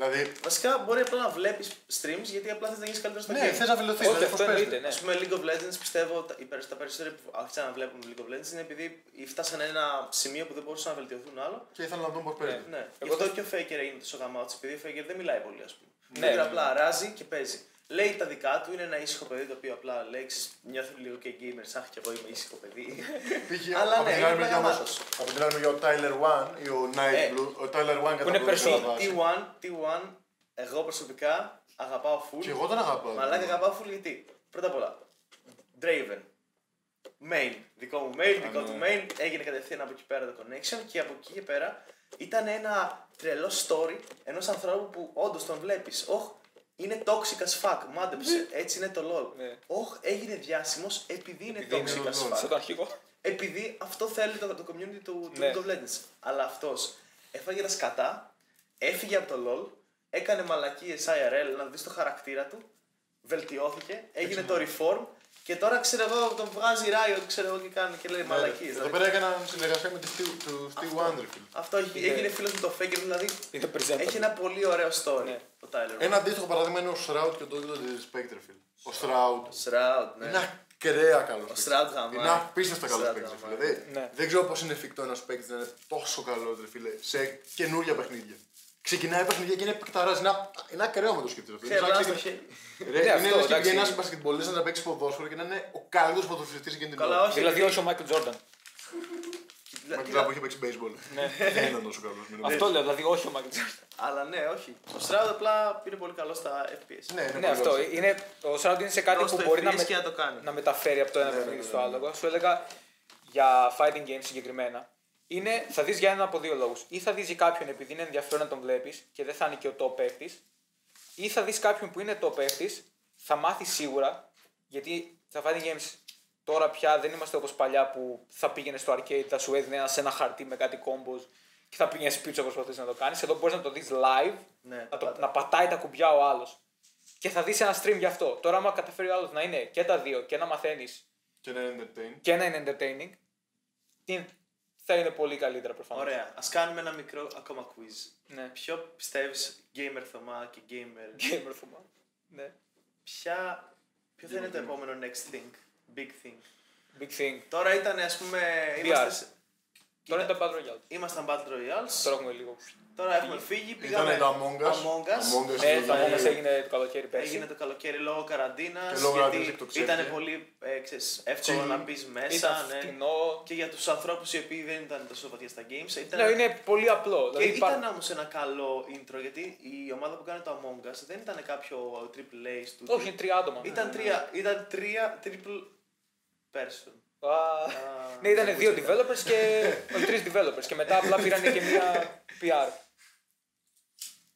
B: Δηλαδή,
A: Βασικά μπορεί απλά να βλέπεις streams γιατί απλά θες να γίνεις καλύτερος στο
B: ναι,
A: game.
B: θες να βελτιωθείς.
C: Όχι,
B: δηλαδή,
C: αυτό
B: πώς παίζεται.
C: εννοείται, ναι.
A: Ας πούμε League of Legends πιστεύω τα, οι περισ- τα περισσότερα που άρχισαν να βλέπουν League of Legends είναι επειδή φτάσανε ένα σημείο που δεν μπορούσαν να βελτιωθούν άλλο.
B: Και ήθελα να δω πώς παίζεται.
A: Ναι. Γι'
C: Εγώ
A: αυτό
C: δεν-
A: και ο Faker έγινε τόσο γαμάτος, επειδή ο Faker δεν μιλάει πολύ, ας πούμε.
C: Ναι,
A: Ναι,
C: ναι,
A: απλά αράζει και παίζει. Λέει τα δικά του, είναι ένα ήσυχο παιδί το οποίο απλά λέει, ξέρεις, νιώθει λίγο και gamer, άχ και εγώ είμαι ήσυχο παιδί.
B: Πήγε
A: <laughs> Αλλά
B: από
A: ναι,
B: την
A: είναι
B: άλλη μεριά όμως-
A: γαμάτος.
B: από την άλλη μεριά ο Tyler One ή ο Night
A: Ε,
B: Blue. Ο Tyler One κατά
C: είναι
B: πρώτη
C: περισσότερο.
B: βάση.
A: T1, T1, εγώ προσωπικά αγαπάω full.
B: Και εγώ τον αγαπάω.
A: Μαλάκα αγαπάω full γιατί. Πρώτα απ' όλα, Draven. Main. Δικό μου mail, δικό
B: ναι.
A: του mail. Έγινε κατευθείαν από εκεί πέρα το connection και από εκεί και πέρα ήταν ένα τρελό story ενός ανθρώπου που όντως τον βλέπεις. Όχ, είναι toxic as fuck. Μάντεψε. Έτσι είναι το LOL.
C: Ναι.
A: Όχ, έγινε διάσημος επειδή είναι
C: Επειδή είναι
A: toxic
B: το LOL.
A: as
C: Σαν
A: fuck.
C: το αρχικό.
A: Επειδή αυτό θέλει το, το community του του
C: Ναι.
A: League of Legends. Αλλά αυτός έφαγε τα σκατά, έφυγε από το LOL, έκανε μαλακίες IRL να δεις το χαρακτήρα του, βελτιώθηκε, έγινε
C: ναι.
A: το reform και τώρα ξέρω εγώ τον βγάζει Riot ξέρω εγώ και κάνει και λέει
B: Ναι, ρε.
A: μαλακίες.
B: Εδώ πέρα έκαναν συνεργασία με τη Steve- του Steve Wonder. φίλε.
A: δηλαδή. Αυτό έχει, έγινε φίλος με το Faker, δηλαδή
C: Είναι το presenter.
A: έχει ένα πολύ ωραίο story
C: Ναι.
A: ο Tyler.
B: Ένα αντίστοιχο παράδειγμα είναι ο Shroud και ο Doggy Doggy Spectre. φίλε. Ο Shroud.
A: Shroud, ναι.
B: Είναι ακραία καλός.
A: Ο Shroud γαμάει.
B: Είναι απίστευτα
A: Ο
B: καλός δηλαδή.
A: Shroud
B: παίκτης.
A: γαμάει.
C: Ναι.
B: Δεν ξέρω πώς είναι εφικτό ένας παίκτης να είναι τόσο καλός ρε φίλε, σε καινούργια παιχνίδια. Ξεκινάει παιχνίδια και είναι επεκταράζει. Είναι, είναι ακραίο με το σκεπτικό. φίλε.
A: Ξέρει,
B: Σαν
A: να στο
B: ξεκινά-
A: χέρι.
B: Ρε,
C: Ναι,
B: είναι
C: αυτό,
B: λες και
C: εντάξει.
B: βγαίνει ένα μπασκετμπολίστας να παίξεις ποδόσφαιρο και να είναι ο καλύτερος ποδοσφαιριστής εκείνη την
A: Καλά,
B: ώρα.
A: όχι.
C: Δηλαδή, όχι ο Μάικλ Τζόρνταν.
A: Κοίτα-
B: Με την
A: κοίτα-
B: που είχε παίξει baseball. Δεν ήταν τόσο καλός.
C: Ναι. Αυτό λέω, δηλαδή, όχι ο Μάικλ Τζόρνταν.
A: Αλλά ναι, όχι. Ο Shroud απλά είναι πολύ καλό στα FPS.
B: Ναι, είναι
C: Ναι,
B: πολύ
C: αυτό.
B: ωραίο.
C: Είναι, ο Σράουντ είναι σε κάτι
A: Δώσ'
C: που
A: το
C: μπορεί να,
A: ευφυής
C: με-
A: και να το κάνει.
C: να μεταφέρει από το ένα παιχνίδι στο άλλο. Εγώ σου έλεγα για fighting games συγκεκριμένα. Είναι, θα δεις για έναν από δύο λόγους. Ή θα δεις για κάποιον επειδή είναι ενδιαφέρον να τον βλέπεις και δεν θα είναι και ο top παίκτης. Ή θα δεις κάποιον που είναι top παίκτης, θα μάθει σίγουρα. Γιατί στα fighting games τώρα πια δεν είμαστε όπως παλιά που θα πήγαινες στο arcade, θα σου έδινε ένας, ένα χαρτί με κάτι combos και θα πήγαινες πίσω προσπαθείς να το κάνεις. Εδώ μπορείς να το δεις live,
A: Ναι,
C: να, το-
A: πάντα.
C: να πατάει τα κουμπιά ο άλλος. Και θα δεις ένα stream γι' αυτό. Τώρα, άμα καταφέρει ο άλλος να είναι και τα δύο και να μαθαίνεις
B: Και ένα entertain.
C: και να είναι entertaining, τι- θα είναι πολύ καλύτερα προφανώς.
A: Ωραία, ας κάνουμε ένα μικρό ακόμα quiz.
C: Ναι. <laughs>
A: Ποιο πιστεύεις gamer Θωμά και gamer.
C: Gamer Θωμά. Ναι.
A: Ποια... Ποιο θα είναι το επόμενο next thing, big thing.
C: Big thing.
A: Τώρα ήταν ας πούμε. Είμαστε... σε-
C: Τώρα είναι τα Battle Royale.
A: Ήμασταν Battle Royals.
C: Τώρα έχουμε λίγο.
A: Τώρα έχουμε φύγει. Πήγαμε.
B: Ήταν το Among Us.
A: Among Us.
C: Ναι,
B: το
C: θα όμω έγινε το καλοκαίρι πέρσι.
A: Δηλαδή Έγινε το καλοκαίρι λόγω καραντίνας.
B: Και λόγω καραντίνας που το
A: Γιατί
B: ξέρετε.
A: ήταν πολύ ε, ξέρεις, εύκολο
B: Chill.
A: να μπεις μέσα.
C: Ήταν
A: Ναι.
C: φτηνό.
A: Και για τους ανθρώπους οι οποίοι δεν ήταν τόσο βαθιά στα games. Ήταν...
C: Ναι, είναι πολύ απλό.
A: Και
C: Δηλαδή, υπά-
A: ήταν όμως ένα καλό intro γιατί η ομάδα που κάνει το Among Us δεν ήταν κάποιο AAA studio.
C: Όχι, είναι τρία άτομα.
A: Ήταν τρία, ήταν τρία triple person.
C: Α,
A: Α,
C: Ναι, ήταν δύο developers και. όχι, τρεις developers. Και μετά απλά πήραν και μία PR.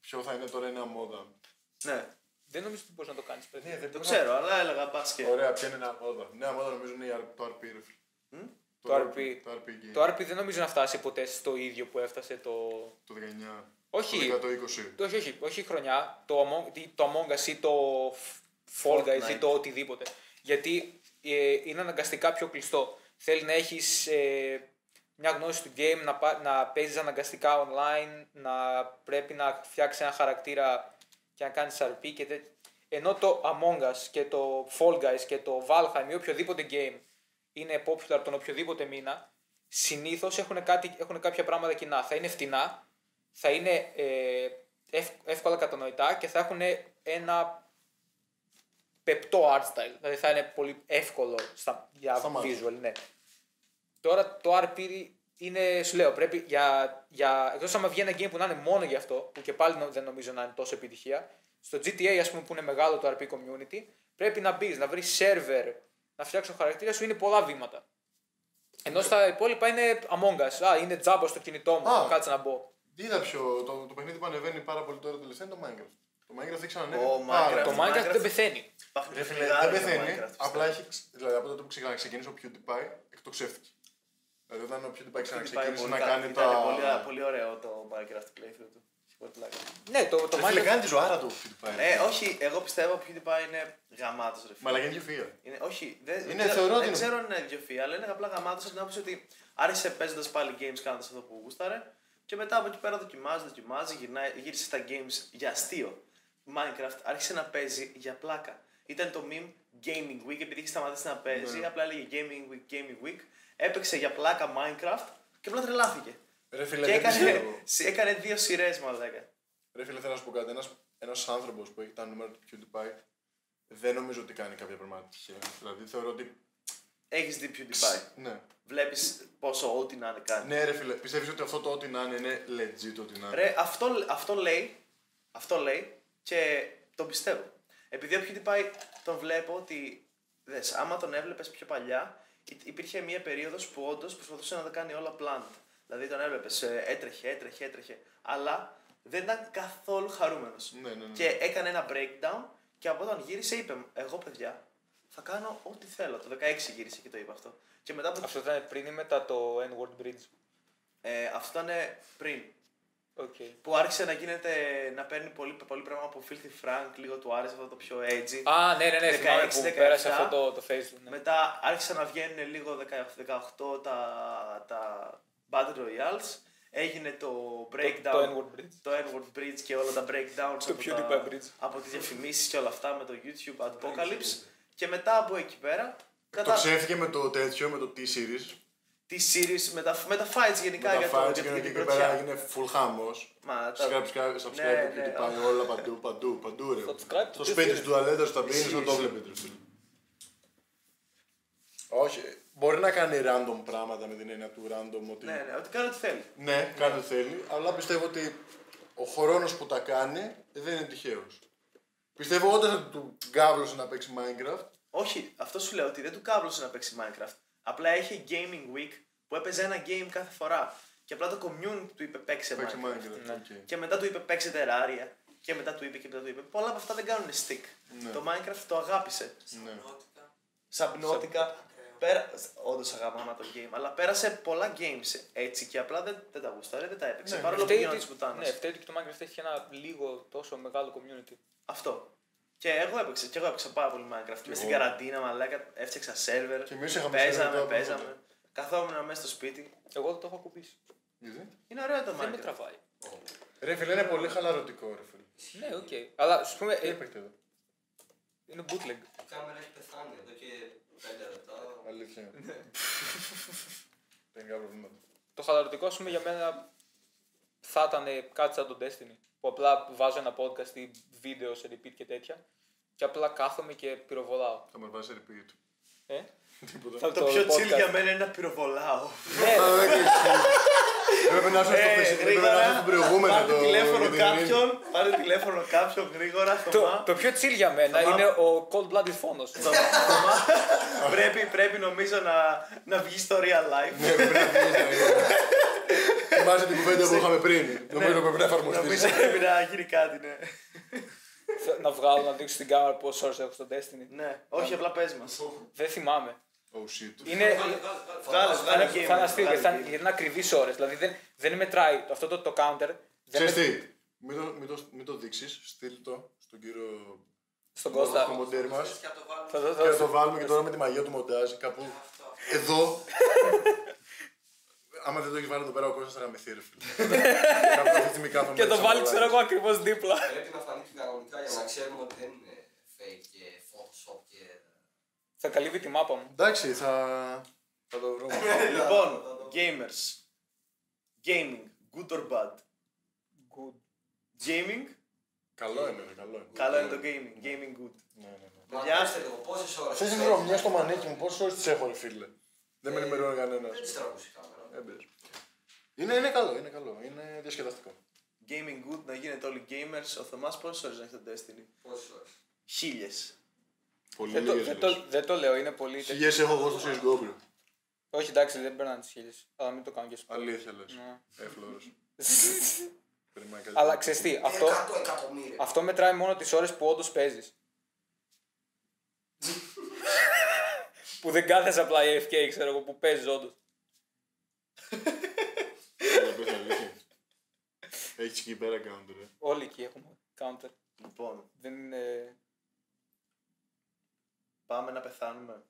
B: Ποιο θα είναι τώρα ένα μόδα.
A: Ναι.
C: Δεν νομίζω ότι μπορείς να το κάνεις παιδί.
B: Ναι, δεν
A: Το
B: μπορώ
A: ξέρω, αλλά έλεγα μπάσκετ.
B: Ωραία, ποια είναι ένα απόδα. Ναι, απόδα νομίζω είναι η R- το RP. ρε φίλε.
A: Μμ?
B: Το
C: Το
B: RP.
C: RP.
B: Το RP game.
C: Το RP δεν νομίζω να φτάσει ποτέ στο ίδιο που έφτασε το.
B: Το 19.
C: Όχι.
B: Το 20.
C: το όχι, όχι, όχι χρονιά. Το Among, τι- το Among Us ή το F- Fall Guys ή
A: Fortnite.
C: το οτιδήποτε. Γιατί ε, είναι αναγκαστικά πιο κλειστό. Θέλει να έχεις μια γνώση του game, να, πα- να παίζεις αναγκαστικά online, να πρέπει να φτιάξεις ένα χαρακτήρα και να κάνεις RP και τέτοια. Ενώ το Among Us και το Fall Guys και το Valheim ή οποιοδήποτε game είναι popular τον οποιοδήποτε μήνα, συνήθως έχουν, κάτι- έχουν κάποια πράγματα κοινά. Θα είναι φτηνά, θα είναι ε, ευ- εύκολα κατανοητά και θα έχουν ένα πεπτό art style. Δηλαδή θα είναι πολύ εύκολο στα, για
B: Στα μάτια.
C: visual, ναι. Τώρα το RP είναι, σου λέω, πρέπει για, για εκτός άμα βγει ένα game που να είναι μόνο για αυτό, που και πάλι νο- δεν νομίζω να είναι τόσο επιτυχία, στο GTA ας πούμε που είναι μεγάλο το RP community, πρέπει να μπεις, να βρεις server, να φτιάξεις τον χαρακτήρα σου, είναι πολλά βήματα. Ενώ στα υπόλοιπα είναι Among Us. Α, είναι τζάμπα στο κινητό μου.
B: Α.
C: Κάτσε να μπω.
B: Είδα ποιο. Το, το παιχνίδι που ανεβαίνει πάρα πολύ τώρα τελευταία είναι το Minecraft. Το Minecraft έχει ξανανέβει.
A: Ο
B: πάρα
A: Minecraft.
C: Το
B: πολύ.
A: Το
C: Minecraft
A: Minecraft-
C: δεν πεθαίνει.
A: Υπάρχουν
B: Ρε φίλε,
A: φιλιδάρια
B: δεν
A: στο Minecraft,
B: πεθαίνει.
A: πιστεύω.
B: Απλά έχει. ξε- Δηλαδή από τότε που ξε- ξεκίνησε ο PewDiePie, εκτοξεύτηκε. Δηλαδή όταν ο PewDiePie ξαναξεκίνησε να
A: Ήταν-
B: κάνει
A: ήταν
B: τα.
A: πολύ- Πολύ ωραίο το Minecraft playthrough του. Είχε πολύ πλάκα.
C: Ναι, το, το
B: Ρε φίλε,
C: Minecraft.
B: κάνει τη ζωάρα του ο PewDiePie.
A: Ε, όχι, εγώ πιστεύω ότι PewDiePie είναι γαμάτος ρε
B: Μα
A: φίλε.
B: αλλά είναι και φύγα.
A: Είναι, όχι, δεν,
B: Είναι,
A: δεν-
B: θεωρώ
A: δεν
B: ότι είναι.
A: ξέρω αν είναι ιδιοφυα, αλλά είναι απλά γαμάτος από την άποψη ότι άρχισε παίζοντας πάλι games κάνοντας αυτό που γούσταρε και μετά από εκεί πέρα δοκιμάζει, δοκιμάζει, γυρνάει, γύρισε στα games για αστείο. Minecraft άρχισε να παίζει για πλάκα. Ήταν το meme Gaming Week, επειδή είχε σταματήσει να παίζει,
B: Ναι.
A: απλά έλεγε Gaming Week, Gaming Week. Έπαιξε για πλάκα Minecraft και απλά τρελάθηκε.
B: Ρε φίλε,
A: Και
B: δεν
A: έκανε,
B: πιστεύω.
A: έκανε δύο σειρές μαλάκα.
B: Ρε φίλε, θέλω να σου πω κάτι. Ένας ένας άνθρωπος που έχει τα νούμερα του PewDiePie δεν νομίζω ότι κάνει κάποια πράγματα τυχαία. Δηλαδή θεωρώ ότι.
A: Έχεις δει PewDiePie.
B: Ναι.
A: Βλέπεις πόσο ό,τι να είναι κάνει.
B: Ναι, ρε φίλε, πιστεύεις ότι αυτό το ό,τι να είναι είναι legit ό,τι να είναι.
A: Ρε, αυτό, αυτό λέει. Αυτό λέει και τον πιστεύω. Επειδή ο πάει, τον βλέπω ότι. Δες, άμα τον έβλεπες πιο παλιά, υ- υπήρχε μια περίοδος που όντως προσπαθούσε να τα κάνει όλα plant. Δηλαδή τον έβλεπες, έτρεχε, έτρεχε, έτρεχε. Αλλά δεν ήταν καθόλου χαρούμενος.
B: Ναι, ναι, ναι.
A: Και έκανε ένα breakdown και από όταν γύρισε είπε: Εγώ παιδιά, θα κάνω ό,τι θέλω. Το 16 γύρισε και το είπε αυτό. Και μετά από.
C: Αυτό ήταν πριν ή μετά το N-Word Bridge.
A: Ε, αυτό ήταν πριν.
C: Okay.
A: που άρχισε να γίνεται να παίρνει πολύ, πολύ πράγμα από Filthy Frank, λίγο του άρεσε αυτό το πιο edgy.
C: Α, ναι, ναι, ναι. Θυμάμαι
A: 16,
C: που
A: 17.
C: πέρασε αυτό το, το Facebook. Ναι.
A: Μετά άρχισαν να βγαίνουν λίγο 18 τα, τα Battle Royales. Έγινε το breakdown.
C: Το N-word bridge.
A: Το N-word bridge και όλα τα breakdowns
C: Το PewDiePie bridge. Ναι,
A: από τις διαφημίσεις και όλα αυτά με το YouTube Apocalypse. και μετά από εκεί πέρα,
B: Το
A: κατά
B: ξέφυγε με το τέτοιο, με το T-Series.
A: τη series με τα, με τα fights γενικά
B: Με
A: για
B: τα
A: το-
B: fights
A: για
B: και
A: την-
B: εκεί
A: για την
B: και πέρα
A: πρωτιά.
B: έγινε full χάμος.
A: Μα τα-
B: Subscribe, subscribe,
A: Ναι,
B: subscribe,
A: ναι.
B: και πάει όλα παντού, παντού, παντού ρε.
C: Subscribe,
B: Στο
C: τι
B: σπίτι
C: θέλεις.
B: του τουαλέτα σου τα πίνεις, να το
A: Series.
B: βλέπετε. ρε φίλε. Όχι, μπορεί να κάνει random πράγματα με την έννοια του random ότι...
A: Ναι, ναι, ότι κάνει ό,τι θέλει.
B: Ναι, κάνει ό,τι θέλει, αλλά πιστεύω ότι ο χρόνος που τα κάνει δεν είναι τυχαίος. Πιστεύω όντως ότι του γκάβλωσε να παίξει Minecraft.
A: Όχι, αυτό σου λέω ότι δεν του κάβλωσε να παίξει Minecraft. Απλά είχε Gaming Week που έπαιζε ένα game κάθε φορά. Και απλά το community του είπε παίξε
B: Παίξει
A: Minecraft.
B: Minecraft.
C: Ναι.
B: οκ.
A: Και μετά του είπε παίξε Terraria. Και μετά του είπε και μετά του είπε. Πολλά από αυτά δεν κάνουν stick.
B: Ναι.
A: Το Minecraft το αγάπησε.
B: Ναι.
D: Σαμπνότητα.
A: Σαμπνότικα. Πέρα... Όντως αγαπάμε το game, αλλά πέρασε πολλά games έτσι και απλά δεν, δεν τα γούσταρε, δεν τα έπαιξε.
B: Ναι,
A: παρόλο που
C: Φταίει
A: γίνονταν
C: ότι-
A: τη πουτάνα.
C: Ναι, φταίει ότι και το Minecraft έχει ένα λίγο τόσο μεγάλο community.
A: Αυτό. Και εγώ έπαιξα, και εγώ έπαιξα πάρα πολύ Minecraft. Μες στην
B: εγώ.
A: καραντίνα, μαλάκα, έφτιαξα σερβερ.
B: Και εμείς είχαμε σερβερ
A: Παίζαμε,
B: τώρα
A: παίζαμε.
B: από
A: Καθόμουν μέσα στο σπίτι.
C: Εγώ δεν το έχω ακουμπήσει.
B: Γιατί?
A: Είναι ωραίο το
C: Δεν με
A: Minecraft.
C: τραβάει.
B: Ρε φίλε, είναι πολύ χαλαρωτικό ρε φίλε.
C: Ναι, οκ. Αλλά σου πούμε.
B: Τι
C: ε,
B: έπαιχτε εδώ.
C: είναι bootleg.
F: Η κάμερα έχει πεθάνει εδώ και 5 λεπτά.
B: Αλήθεια. Τεχνικά προβλήματα.
C: Το χαλαρωτικό, ας πούμε, για μένα θα ήταν κάτι σαν τον Destiny. Που απλά βάζω ένα podcast ή βίντεο σε repeat και τέτοια. Και απλά κάθομαι και πυροβολάω.
B: Θα με βάζει repeat.
C: Ε?
B: Τίποτα.
C: Θα
A: Το πιο
C: podcast.
A: chill για μένα είναι να πυροβολάω.
C: Ναι, ρε.
B: Πρέπει να έρθω στο
A: Ε,
B: φυσικό, πρέπει να έρθω στον προηγούμενο.
A: πάρτε
B: το-
A: τηλέφωνο
B: για την ειρήνη.
A: κάποιον, πάρτε τηλέφωνο κάποιον γρήγορα,
C: το,
A: Θωμά.
C: το πιο chill για μένα
A: Θωμά.
C: είναι ο cold blooded φόνος.
A: Θωμά, πρέπει, πρέπει νομίζω να, να βγεις στο real life.
B: Ναι, πρέπει να βγεις, ναι, ναι.
C: Ναι.
B: Θυμάσαι την κουβέντα που είχαμε πριν. Νομίζω πρέπει να εφαρμοστεί.
A: Νομίζω πρέπει να γίνει κάτι, ναι.
C: Θε- να βγάλω να δείξω στην κάμερα πόσες ώρες έχω στο Destiny.
A: Ναι, όχι, απλά πες μας.
B: Λοιπόν,
C: Δεν θυμάμαι.
B: Oh shit.
C: Είναι.
A: Βγάλε,
C: θα
A: βγάλε
C: είναι-
A: game.
C: θα είναι αστείο
A: βγάλε
C: γιατί θα
A: game.
C: είναι- γιατί είναι ακριβείς ώρες. Δηλαδή δεν, δεν μετράει αυτό το, το counter. Δεν
B: Ξέρεις
C: μετράει
B: τι, μην το, μην το, μην το δείξεις, στείλ το στον κύριο
C: στον Κώστα.
B: κομμοντέρ μας
F: Και απ' το βάλουμε
C: Θα το-
B: και
C: θα
B: θα το
C: το-
B: βάλουμε και τώρα με τη μαγεία του μοντάζ κάπου
F: αυτό.
B: εδώ. Άμα δεν το έχεις βάλει εδώ πέρα ο Κώστας θα γαμηθεί ρε φίλε.
C: <laughs>
B: Κάπου αυτή τη στιγμή κάθομαι
C: Και το
B: σαν
C: βάλει,
B: μαλάκας.
C: ξέρω εγώ, ακριβώς δίπλα.
F: Πρέπει να φανεί και κανονικά για να ξέρουμε ότι δεν είναι fake και photoshop και...
C: Θα καλύβει τη μάπα μου.
B: Εντάξει, θα, θα το βρούμε.
A: Λοιπόν, gamers. Gaming, good or bad.
C: Good.
A: Gaming,
B: καλό είναι, ρε, καλό είναι.
A: καλό είναι το gaming. Gaming good.
B: Ναι, ναι, ναι.
F: Μα
A: Παιδιά.
F: πέστε λίγο, πόσες ώρες...
B: Θες να βρω μια στο μανίκι μου, πόσες ώρες τις έχω ρε φίλε. Ε, Δεν με ενημερώνει κανένας.
F: Δεν τις τραβούσε η κάμερα.
B: Ε, μπες. Είναι, είναι καλό, είναι καλό, είναι διασκεδαστικό.
A: Gaming good, να γίνετε όλοι gamers. Ο Θωμάς πόσες ώρες έχει το Destiny.
F: Πόσες ώρες.
A: Χίλιες.
B: Πολύ
C: Δεν το,
B: λίγες
C: δεν, το,
B: λες.
C: δεν το λέω, είναι πολύ. τέτοιο.
B: Χιλιές έχω εγώ στο CSGO, bro.
C: Όχι, εντάξει, δεν περνάνε τις χίλιες. Αλλά μην το κάνω και σου.
B: Αλήθεια λες.
C: Ναι.
B: Ε, Φλόρος. Περιμένω κάτι
C: <laughs> Αλλά
B: τέτοιο.
C: ξέρεις τι, αυτό,
F: Εκατό εκατομμύρια.
C: αυτό μετράει μόνο τις ώρες που όντως παίζεις. <laughs> που δεν κάθεσαι απλά AFK, ξέρω εγώ, που παίζεις όντως.
B: Έλα, πες αλήθεια. Έχεις εκεί πέρα counter, ε.
C: Όλοι εκεί έχουμε counter.
A: Λοιπόν,
C: Δεν είναι.
A: πάμε να πεθάνουμε.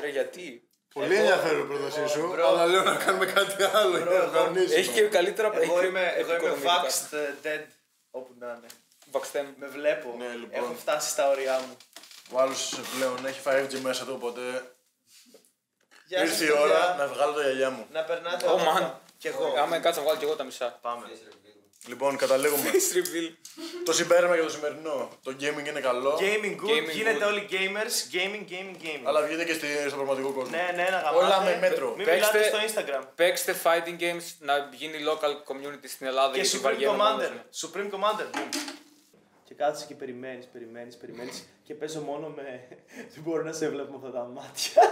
C: Ρε, γιατί.
B: Πολύ ενδιαφέρον η πρότασή σου,
A: bro.
B: αλλά λέω να κάνουμε κάτι άλλο.
A: Bro,
B: για να
A: εγώ-
B: κανονίσουμε.
C: Έχει και καλύτερα
A: Εγώ είμαι, εγώ είμαι
C: οικονομικά.
A: vaxxed ε, dead όπου να είναι.
C: Βαξτέ μου.
A: Με βλέπω.
B: Ναι, λοιπόν.
A: Έχω φτάσει στα ωριά μου.
B: Ο άλλος πλέον έχει 5G μέσα του, οπότε
A: Γεια σας,
B: ήρθε η
A: παιδιά.
B: ώρα να βγάλω τα γιαγιά μου.
A: Να περνάτε
C: Oh,
A: όμορφα.
C: man.
A: Κι εγώ.
C: Άμα κάτσε να βγάλω κι εγώ τα μισά.
A: Πάμε.
B: Λοιπόν, καταλήγουμε.
C: Face reveal.
B: το συμπέρασμα για το σημερινό. Το gaming είναι καλό,
A: Gaming good,
C: Gaming
A: γίνετε
C: good.
A: όλοι gamers. Gaming, gaming, gaming.
B: αλλά βγείτε και στη- στο πραγματικό κόσμο.
A: Ναι, ναι, να γαμάτε.
B: Όλα με μέτρο.
A: Μην
C: Παίξτε-
A: μιλάτε στο Instagram.
C: Παίξτε fighting games να γίνει local community στην Ελλάδα
A: Και
C: γιατί
A: Supreme
C: βαριέμαι μόνος
A: Commander.
C: μου.
A: Supreme Commander. ναι. Και κάθεσαι και περιμένεις, περιμένεις, περιμένεις και παίζω μόνο με... <laughs> Δεν μπορώ να σε βλέπω με αυτά τα μάτια.